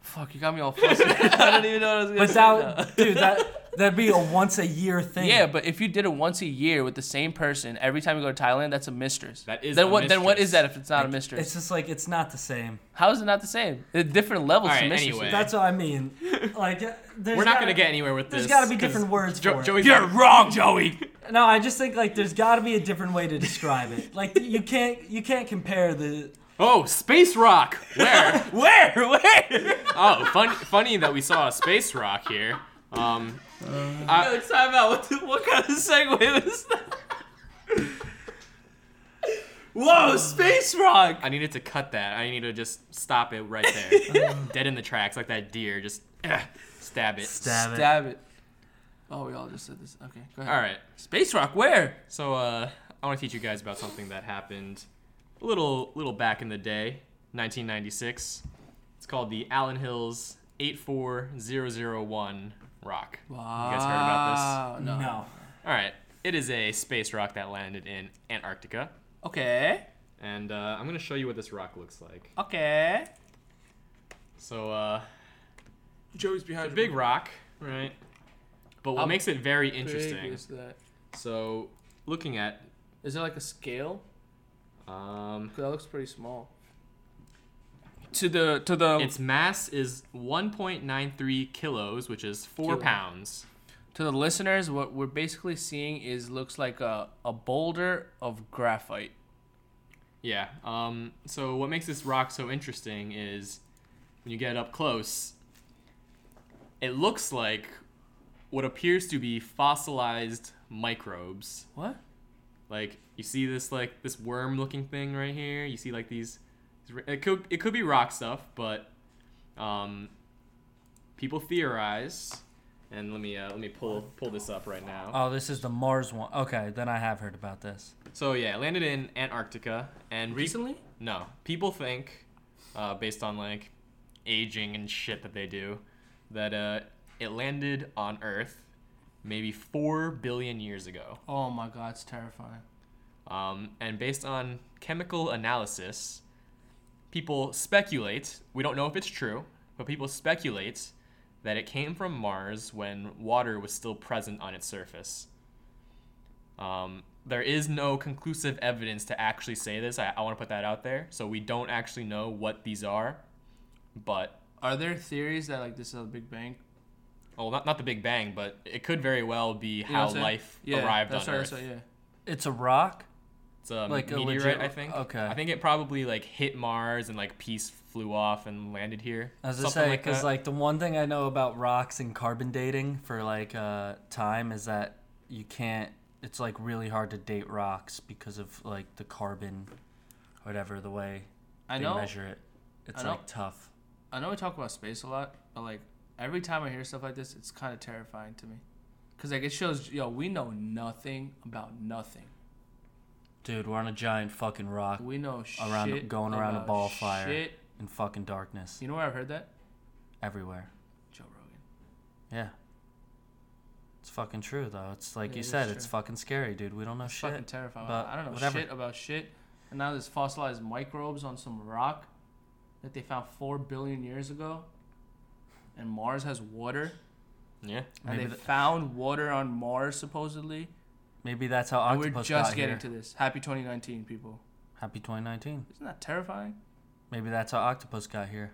[SPEAKER 1] fuck, you got me all flustered. (laughs) I don't even know what I was going
[SPEAKER 2] But
[SPEAKER 1] to say. now. (laughs)
[SPEAKER 2] that, dude, that that'd be a once a year thing.
[SPEAKER 1] Yeah, but if you did it once a year with the same person every time you go to Thailand, that's a mistress.
[SPEAKER 5] That is
[SPEAKER 1] Then
[SPEAKER 5] a
[SPEAKER 1] what then what
[SPEAKER 5] mistress.
[SPEAKER 1] is that if it's not a mistress?
[SPEAKER 2] it's just like it's not the same.
[SPEAKER 1] How is it not the same? They're different levels
[SPEAKER 5] All
[SPEAKER 1] to
[SPEAKER 5] right,
[SPEAKER 1] mistresses. (laughs)
[SPEAKER 5] anyway.
[SPEAKER 2] That's what I mean. Like, uh, there's
[SPEAKER 5] We're not
[SPEAKER 2] gotta-
[SPEAKER 5] gonna get anywhere with
[SPEAKER 2] There's
[SPEAKER 5] this.
[SPEAKER 2] gotta be
[SPEAKER 5] 'cause
[SPEAKER 2] different words for it.
[SPEAKER 5] Joey's
[SPEAKER 9] You're
[SPEAKER 5] not-
[SPEAKER 9] wrong, Joey.
[SPEAKER 2] No, I just think like there's got to be a different way to describe (laughs) it. Like you can't you can't compare the
[SPEAKER 5] (laughs) Oh, space rock.
[SPEAKER 2] (laughs)
[SPEAKER 5] Where?
[SPEAKER 9] Where? Where?
[SPEAKER 5] Oh, fun, funny that we saw a space rock here. Um, I,
[SPEAKER 1] Time out. What, the- what kind of segue was that? Whoa, space rock.
[SPEAKER 5] I needed to cut that. I need to just stop it right
[SPEAKER 1] (laughs)
[SPEAKER 5] there. Dead in the tracks, like that deer. Just eh, stab it.
[SPEAKER 2] stab
[SPEAKER 1] Stab it. Oh, we all just said this. Okay, go ahead.
[SPEAKER 5] All right.
[SPEAKER 1] Space rock, where?
[SPEAKER 5] So uh, I want to teach you guys about something that happened a little little back in the day, 1996. It's called the Allen Hills 84001 rock. You guys heard about
[SPEAKER 1] Wow, No.
[SPEAKER 2] No.
[SPEAKER 5] this? All right. It is a space rock that landed in Antarctica,
[SPEAKER 1] Okay.
[SPEAKER 5] and uh, I'm gonna show you what this rock looks like.
[SPEAKER 1] Okay.
[SPEAKER 5] So uh,
[SPEAKER 1] Joey's behind
[SPEAKER 5] a big rock, right? But what
[SPEAKER 1] How
[SPEAKER 5] makes it very
[SPEAKER 1] Um, Big
[SPEAKER 5] interesting.
[SPEAKER 1] Is, that?
[SPEAKER 5] So looking at
[SPEAKER 1] is there like a scale?
[SPEAKER 5] um,
[SPEAKER 1] 'Cause that looks pretty small. To the to the
[SPEAKER 5] its mass is 1.93 kilos, which is four
[SPEAKER 1] Kilo.
[SPEAKER 5] pounds.
[SPEAKER 1] to the listeners, what we're basically seeing is looks like a, a boulder of graphite.
[SPEAKER 5] Yeah. Um, so what makes this rock so interesting is when you get up close, it looks like what appears to be fossilized microbes.
[SPEAKER 1] What?
[SPEAKER 5] Like you see this like this worm looking thing right here. You see like these. these ra- It could it could be rock stuff, but um, people theorize. And let me uh, let me pull pull this up right now.
[SPEAKER 2] Oh, this is the Mars one. Okay, then I have heard about this.
[SPEAKER 5] So yeah, it landed in Antarctica and recently. no, people think, uh, based on like aging and shit that they do, that uh, it landed on Earth maybe four billion years ago.
[SPEAKER 1] Oh my god, it's terrifying.
[SPEAKER 5] Um, and based on chemical analysis, people speculate. We don't know if it's true, but people speculate that it came from Mars when water was still present on its surface. Um, there is no conclusive evidence to actually say this. I, I want to put that out there. So we don't actually know what these are, but
[SPEAKER 1] Are there theories that like this is a Big Bang?
[SPEAKER 5] well, not not the Big Bang, but it could very well be
[SPEAKER 1] You know what
[SPEAKER 5] how
[SPEAKER 1] I'm saying?
[SPEAKER 5] life
[SPEAKER 1] yeah,
[SPEAKER 5] arrived
[SPEAKER 1] that's
[SPEAKER 5] on
[SPEAKER 1] right,
[SPEAKER 5] Earth.
[SPEAKER 1] That's right, yeah.
[SPEAKER 2] It's a rock.
[SPEAKER 5] It's a
[SPEAKER 2] Like a
[SPEAKER 5] meteorite,
[SPEAKER 2] legit-
[SPEAKER 5] I think.
[SPEAKER 2] okay.
[SPEAKER 5] I think it probably like hit Mars and like piece flew off and landed here.
[SPEAKER 2] I was
[SPEAKER 5] Something
[SPEAKER 2] just saying,
[SPEAKER 5] like
[SPEAKER 2] because
[SPEAKER 5] that.
[SPEAKER 2] like the one thing I know about rocks and carbon dating for like uh, time is that you can't. It's like really hard to date rocks because of like the carbon, whatever the way
[SPEAKER 1] I
[SPEAKER 2] they
[SPEAKER 1] know.
[SPEAKER 2] measure it. It's
[SPEAKER 1] know.
[SPEAKER 2] like tough.
[SPEAKER 1] I know we talk about space a lot, but like every time I hear stuff like this, it's kind of terrifying to me. Cause like it shows, yo, we know nothing about nothing.
[SPEAKER 2] Dude, we're on a giant fucking rock
[SPEAKER 1] We know
[SPEAKER 2] around
[SPEAKER 1] shit
[SPEAKER 2] going around a
[SPEAKER 1] about
[SPEAKER 2] ball of fire
[SPEAKER 1] Shit.
[SPEAKER 2] in fucking darkness
[SPEAKER 1] You know where I've heard that?
[SPEAKER 2] everywhere.
[SPEAKER 1] Joe Rogan.
[SPEAKER 2] Yeah. It's fucking true though. It's like
[SPEAKER 1] Yeah, it
[SPEAKER 2] you
[SPEAKER 1] is
[SPEAKER 2] said, it's
[SPEAKER 1] true.
[SPEAKER 2] fucking scary, dude. We don't know shit.
[SPEAKER 1] Fucking terrifying.
[SPEAKER 2] about
[SPEAKER 1] I don't know
[SPEAKER 2] whatever.
[SPEAKER 1] shit about shit. And now there's fossilized microbes on some rock that they found four billion years ago. And Mars has water.
[SPEAKER 5] yeah.
[SPEAKER 1] And
[SPEAKER 2] Maybe
[SPEAKER 1] they
[SPEAKER 2] the-
[SPEAKER 1] found water on Mars supposedly.
[SPEAKER 2] Maybe that's how
[SPEAKER 1] And
[SPEAKER 2] octopus
[SPEAKER 1] we're just
[SPEAKER 2] got
[SPEAKER 1] getting
[SPEAKER 2] here.
[SPEAKER 1] to this. Happy 2019, people.
[SPEAKER 2] Happy 2019.
[SPEAKER 1] Isn't that terrifying?
[SPEAKER 2] Maybe that's how octopus got here.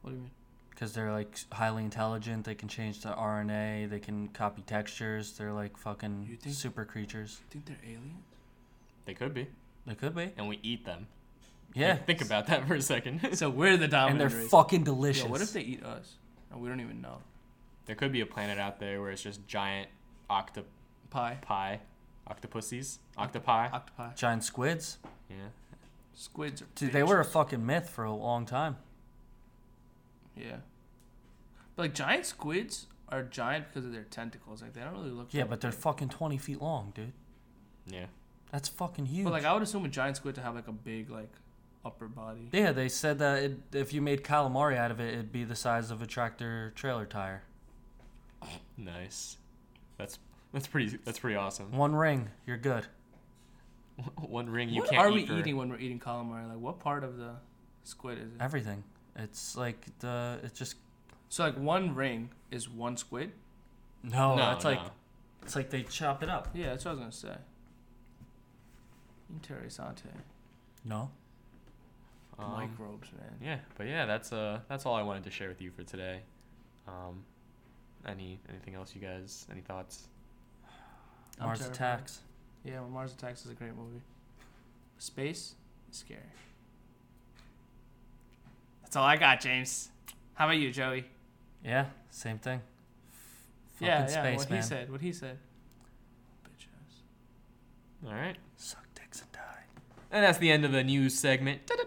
[SPEAKER 1] What do you mean?
[SPEAKER 2] because they're like highly intelligent. They can change the RNA. They can copy textures. They're like
[SPEAKER 1] You
[SPEAKER 2] fucking
[SPEAKER 1] think-
[SPEAKER 2] super creatures.
[SPEAKER 1] You think they're aliens?
[SPEAKER 5] They could be,
[SPEAKER 2] They could be.
[SPEAKER 5] and we eat them.
[SPEAKER 2] Yeah.
[SPEAKER 5] Like, think about that (laughs) for a
[SPEAKER 1] (laughs)
[SPEAKER 5] second.
[SPEAKER 1] So we're the
[SPEAKER 2] and
[SPEAKER 1] dominant
[SPEAKER 2] they're
[SPEAKER 1] race.
[SPEAKER 2] fucking delicious.
[SPEAKER 1] Yo, what if they eat us? And we don't even know.
[SPEAKER 5] there could be a planet out there where it's just giant octopi,
[SPEAKER 1] Pie.
[SPEAKER 5] octopuses, octopi.
[SPEAKER 1] Octopi.
[SPEAKER 2] giant squids?
[SPEAKER 5] yeah.
[SPEAKER 1] Squids are
[SPEAKER 2] Dude, they were a
[SPEAKER 1] bitches.
[SPEAKER 2] fucking myth for a long time.
[SPEAKER 1] Yeah. But like giant squids are giant because of their tentacles. Like they don't really look.
[SPEAKER 2] Yeah,
[SPEAKER 1] that
[SPEAKER 2] but they're
[SPEAKER 1] big.
[SPEAKER 2] fucking twenty feet long, dude.
[SPEAKER 5] Yeah.
[SPEAKER 2] That's fucking huge.
[SPEAKER 1] But like I would assume a giant squid to have like a big like upper body.
[SPEAKER 2] yeah, they said that it, if you made calamari out of it, it'd be the size of a tractor trailer tire.
[SPEAKER 5] Nice. That's that's pretty that's pretty awesome. (laughs)
[SPEAKER 2] One ring, you're good.
[SPEAKER 5] One ring you
[SPEAKER 1] what
[SPEAKER 5] can't
[SPEAKER 1] are
[SPEAKER 5] eat
[SPEAKER 1] we
[SPEAKER 5] for-
[SPEAKER 1] eating when we're eating calamari? Like what part of the squid is it?
[SPEAKER 2] Everything. It's like the. It's just
[SPEAKER 1] So like one ring is one squid.
[SPEAKER 2] no.
[SPEAKER 5] no,
[SPEAKER 2] that's
[SPEAKER 5] no.
[SPEAKER 2] like it's like they chop it up.
[SPEAKER 1] Yeah, that's what I was gonna say. Interessante.
[SPEAKER 2] No.
[SPEAKER 5] Um,
[SPEAKER 1] Microbes, man.
[SPEAKER 5] Yeah, but yeah, that's uh that's all I wanted to share with you for today. Um, any anything else you guys? Any thoughts?
[SPEAKER 1] I'm
[SPEAKER 2] Mars
[SPEAKER 1] terrified.
[SPEAKER 2] attacks.
[SPEAKER 1] Yeah, well, Mars Attacks is a great movie. Space is scary. That's all I got, James. How about you, Joey?
[SPEAKER 2] Yeah, same thing. Fucking
[SPEAKER 1] yeah, yeah.
[SPEAKER 2] space,
[SPEAKER 1] what
[SPEAKER 2] man.
[SPEAKER 1] he said. What he said. Bitch ass.
[SPEAKER 5] All right,
[SPEAKER 2] Suck dicks and die.
[SPEAKER 5] and that's the end of the news segment. Da-da-da-da-da.